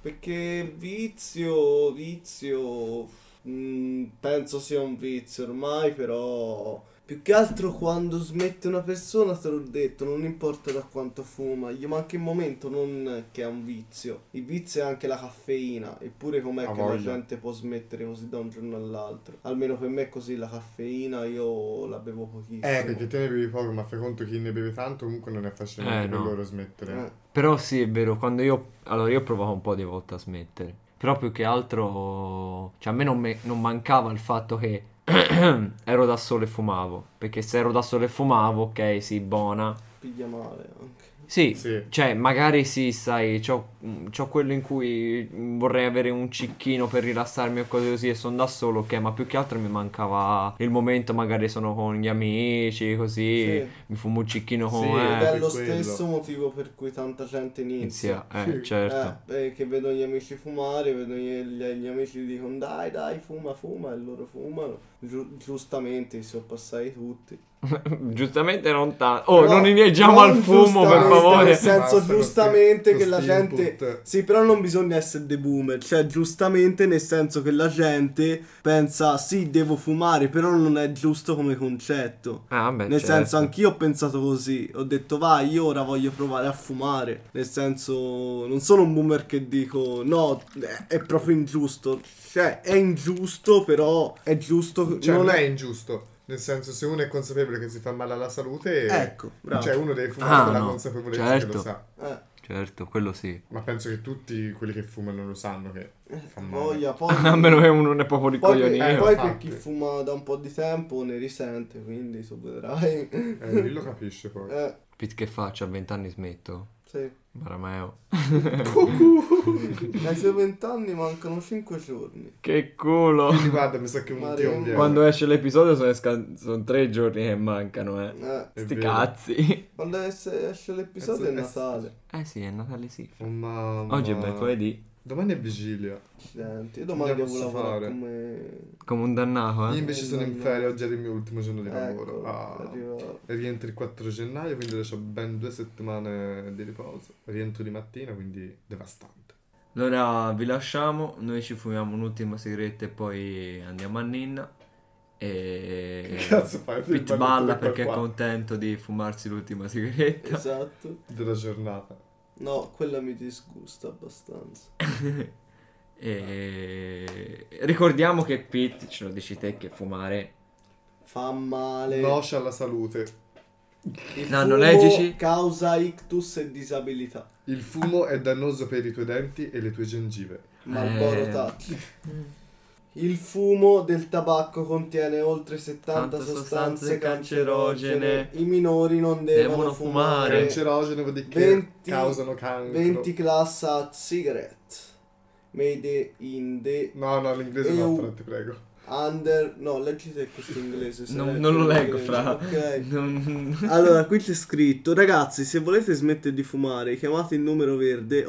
Speaker 2: Perché vizio, vizio, mh, penso sia un vizio ormai, però più che altro quando smette una persona, te l'ho detto, non importa da quanto fuma, gli manca il momento, non che è un vizio. Il vizio è anche la caffeina, eppure com'è
Speaker 3: Ha
Speaker 2: che la
Speaker 3: voglia.
Speaker 2: gente può smettere così da un giorno all'altro. Almeno per me è così, la caffeina io la bevo pochissimo.
Speaker 3: Eh, perché te ne bevi poco, ma fai conto che chi ne beve tanto comunque non è facile
Speaker 1: Eh,
Speaker 3: neanche per
Speaker 1: no.
Speaker 3: loro smettere.
Speaker 2: Eh.
Speaker 1: Però sì, è vero, quando io... Allora, io provavo un po' di volte a smettere. Però più che altro... Cioè, a me non, me- non mancava il fatto che ero da solo e fumavo. Perché se ero da solo e fumavo, ok, sì, buona.
Speaker 2: Piglia male anche.
Speaker 1: Sì,
Speaker 3: Sì.
Speaker 1: cioè magari sì, sai, c'ho, mh, c'ho quello in cui mh, vorrei avere un cicchino per rilassarmi o cose così e sono da solo, ok, ma più che altro mi mancava il momento, magari sono con gli amici, così,
Speaker 2: Sì.
Speaker 1: mi fumo un cicchino con...
Speaker 3: Sì,
Speaker 1: eh,
Speaker 2: Ed è lo
Speaker 3: per quello.
Speaker 2: stesso motivo per cui tanta gente inizia.
Speaker 1: inizia, eh,
Speaker 3: Sì.
Speaker 1: certo.
Speaker 2: Eh, eh, che vedo gli amici fumare, vedo gli, gli- gli amici che dicono dai dai fuma fuma e loro fumano. Giu- giustamente si sono passati tutti.
Speaker 1: Giustamente non tanto... Oh, non inieggiamo
Speaker 2: inieggiamo
Speaker 1: al fumo, per favore.
Speaker 2: Nel senso
Speaker 3: Basta,
Speaker 2: giustamente
Speaker 3: lo
Speaker 2: che la
Speaker 3: sti- lo
Speaker 2: gente...
Speaker 3: input.
Speaker 2: Sì, però non bisogna essere dei boomer, cioè giustamente nel senso che la gente pensa sì devo fumare, però non è giusto come concetto.
Speaker 1: Ah, vabbè,
Speaker 2: Nel
Speaker 1: certo.
Speaker 2: senso, anch'io ho pensato così. Ho detto, vai, io ora voglio provare a fumare. Nel senso, non sono un boomer che dico, no, è- è proprio ingiusto. Cioè, è ingiusto, però è giusto.
Speaker 3: Cioè,
Speaker 2: non
Speaker 3: non è ingiusto. Nel senso, se uno è consapevole che si fa male alla salute,
Speaker 2: Ecco, bravo.
Speaker 3: cioè uno deve fumare
Speaker 1: Ah,
Speaker 3: con la
Speaker 1: no,
Speaker 3: consapevolezza che
Speaker 1: certo.
Speaker 3: lo sa.
Speaker 2: Eh,
Speaker 1: Certo, quello sì.
Speaker 3: Ma penso che tutti quelli che fumano lo sanno che
Speaker 2: Eh,
Speaker 3: fa male.
Speaker 2: voglia, poi.
Speaker 1: A meno che uno non è proprio di
Speaker 2: poi per,
Speaker 1: coglionino.
Speaker 3: eh,
Speaker 2: poi per
Speaker 3: infatti.
Speaker 2: chi fuma da un po' di tempo ne risente, quindi tu vedrai.
Speaker 3: Eh, lui lo capisce poi.
Speaker 2: Eh,
Speaker 1: Pit che faccio? A 20 anni smetto.
Speaker 2: sì.
Speaker 1: Barameo.
Speaker 2: Ai suoi vent'anni mancano 5 giorni.
Speaker 1: Che culo!
Speaker 3: Quindi guarda, mi sa che un
Speaker 2: Mario.
Speaker 3: tio viene.
Speaker 1: Quando esce l'episodio sono, esca- sono tre giorni che mancano, eh.
Speaker 2: Eh,
Speaker 3: È
Speaker 1: Sti
Speaker 3: vero.
Speaker 1: cazzi.
Speaker 2: quando es- esce l'episodio è
Speaker 3: Cazzo, es-
Speaker 2: Natale.
Speaker 1: Eh sì, è Natale sì.
Speaker 3: Oh, mamma.
Speaker 1: Oggi è mercoledì.
Speaker 3: Domani è vigilia.
Speaker 2: Accidenti, io domani
Speaker 3: Andiamo
Speaker 2: devo
Speaker 3: a
Speaker 2: lavorare
Speaker 3: fare.
Speaker 2: come.
Speaker 1: Come un dannato,
Speaker 3: Io
Speaker 1: eh.
Speaker 3: invece sono in ferie, oggi è il mio ultimo giorno di lavoro.
Speaker 2: Ecco,
Speaker 3: Ah.
Speaker 2: arriva-
Speaker 3: E Rientro il 4 gennaio, quindi adesso ho ben due settimane di riposo. Rientro di mattina, quindi devastante.
Speaker 6: Allora vi lasciamo, noi ci fumiamo un'ultima sigaretta e poi andiamo a Ninna. E
Speaker 3: Che cazzo fai?
Speaker 6: Pit
Speaker 3: Filmare
Speaker 6: balla
Speaker 3: tutto per
Speaker 6: perché è
Speaker 3: qua.
Speaker 6: contento di fumarsi l'ultima sigaretta.
Speaker 2: Esatto.
Speaker 3: Della giornata.
Speaker 2: No, quella mi disgusta abbastanza.
Speaker 6: E ricordiamo che Pit, ce lo dici te che fumare
Speaker 2: Fa male.
Speaker 3: Noce alla salute.
Speaker 2: Il
Speaker 6: No,
Speaker 2: fumo
Speaker 6: non leggici.
Speaker 2: Causa ictus e disabilità.
Speaker 3: Il fumo è dannoso per i tuoi denti e le tue gengive.
Speaker 2: Malboro
Speaker 6: Eh.
Speaker 2: tacci. Il fumo del tabacco contiene oltre
Speaker 6: Tante
Speaker 2: 70 sostanze
Speaker 6: sostanze
Speaker 2: cancerogene.
Speaker 6: cancerogene.
Speaker 2: I minori non devono,
Speaker 6: Devono
Speaker 2: fumare.
Speaker 6: fumare.
Speaker 3: Cancerogene vuol dire che
Speaker 2: 20
Speaker 3: causano cancro.
Speaker 2: 20 classa cigarette. Made in the
Speaker 3: No, no, l'inglese
Speaker 2: Eu-
Speaker 3: no, però ti prego.
Speaker 2: under... No, leggi te questo inglese. se
Speaker 1: Non,
Speaker 2: leggi
Speaker 1: non lo
Speaker 2: in
Speaker 1: leggo,
Speaker 2: inglese.
Speaker 1: fra.
Speaker 2: Ok.
Speaker 1: Non-
Speaker 2: Allora, qui c'è scritto, ragazzi, se volete smettere di fumare, chiamate il numero verde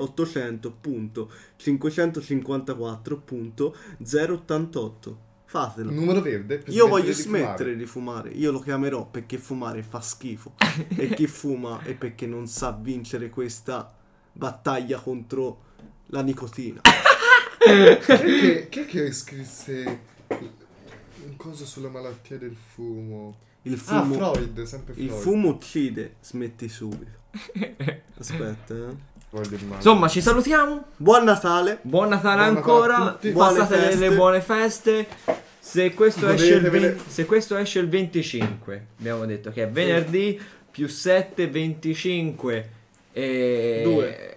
Speaker 2: 800.554.088. Fatelo.
Speaker 3: Numero verde. per
Speaker 2: Io voglio
Speaker 3: smettere di
Speaker 2: smettere di fumare. io lo chiamerò perché fumare fa schifo e chi fuma è perché non sa vincere questa battaglia contro la nicotina.
Speaker 3: fumare. Chi è che, chi è che scrisse un coso sulla malattia del fumo?
Speaker 2: Il
Speaker 3: Ah,
Speaker 2: fumo,
Speaker 3: Freud, sempre Freud.
Speaker 2: il fumo uccide, smetti subito. Aspetta, eh.
Speaker 3: Freud il male.
Speaker 1: Insomma, ci salutiamo.
Speaker 2: Buon Natale.
Speaker 1: Buon Natale
Speaker 3: Buon Natale a
Speaker 1: ancora.
Speaker 3: tutti.
Speaker 1: Passate
Speaker 2: Buone
Speaker 1: le
Speaker 2: feste.
Speaker 1: buone feste. Se questo, esce il,
Speaker 3: Godetevele.
Speaker 1: 20 se questo esce il 25, abbiamo detto che è venerdì più 7, 25 e...
Speaker 2: Due.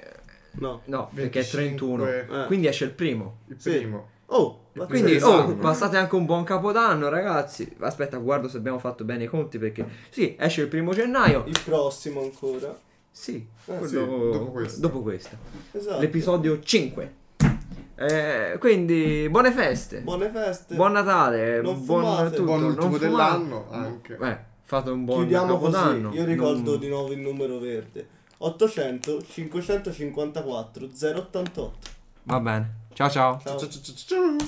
Speaker 2: No.
Speaker 1: No, perché è 31.
Speaker 3: 25.
Speaker 2: Eh.
Speaker 1: Quindi esce il primo.
Speaker 3: Il
Speaker 2: Sì.
Speaker 3: primo.
Speaker 2: Oh, ma
Speaker 1: Quindi
Speaker 3: Esatto.
Speaker 1: oh, passate anche un buon capodanno, ragazzi. Aspetta, guardo se abbiamo fatto bene i conti perché sì, esce il primo gennaio.
Speaker 2: il prossimo ancora.
Speaker 1: Sì,
Speaker 2: Ah,
Speaker 1: quello-
Speaker 3: sì, dopo questo.
Speaker 1: dopo questo.
Speaker 2: Esatto.
Speaker 1: L'episodio 5. Eh, quindi buone feste.
Speaker 2: Buone feste.
Speaker 1: Buon Natale,
Speaker 2: Non
Speaker 1: buon
Speaker 2: fumate.
Speaker 1: tutto,
Speaker 3: Buon
Speaker 1: non
Speaker 3: ultimo
Speaker 1: fumate.
Speaker 3: dell'anno anche.
Speaker 1: Eh, fate un buon
Speaker 2: Chiudiamo così.
Speaker 1: Capodanno. Mm.
Speaker 2: Io ricordo
Speaker 1: Non-
Speaker 2: di nuovo il numero verde. 800 554 088.
Speaker 5: Va bene. Ciao ciao.
Speaker 2: Ciao.
Speaker 3: Ciao, ciao, ciao, ciao.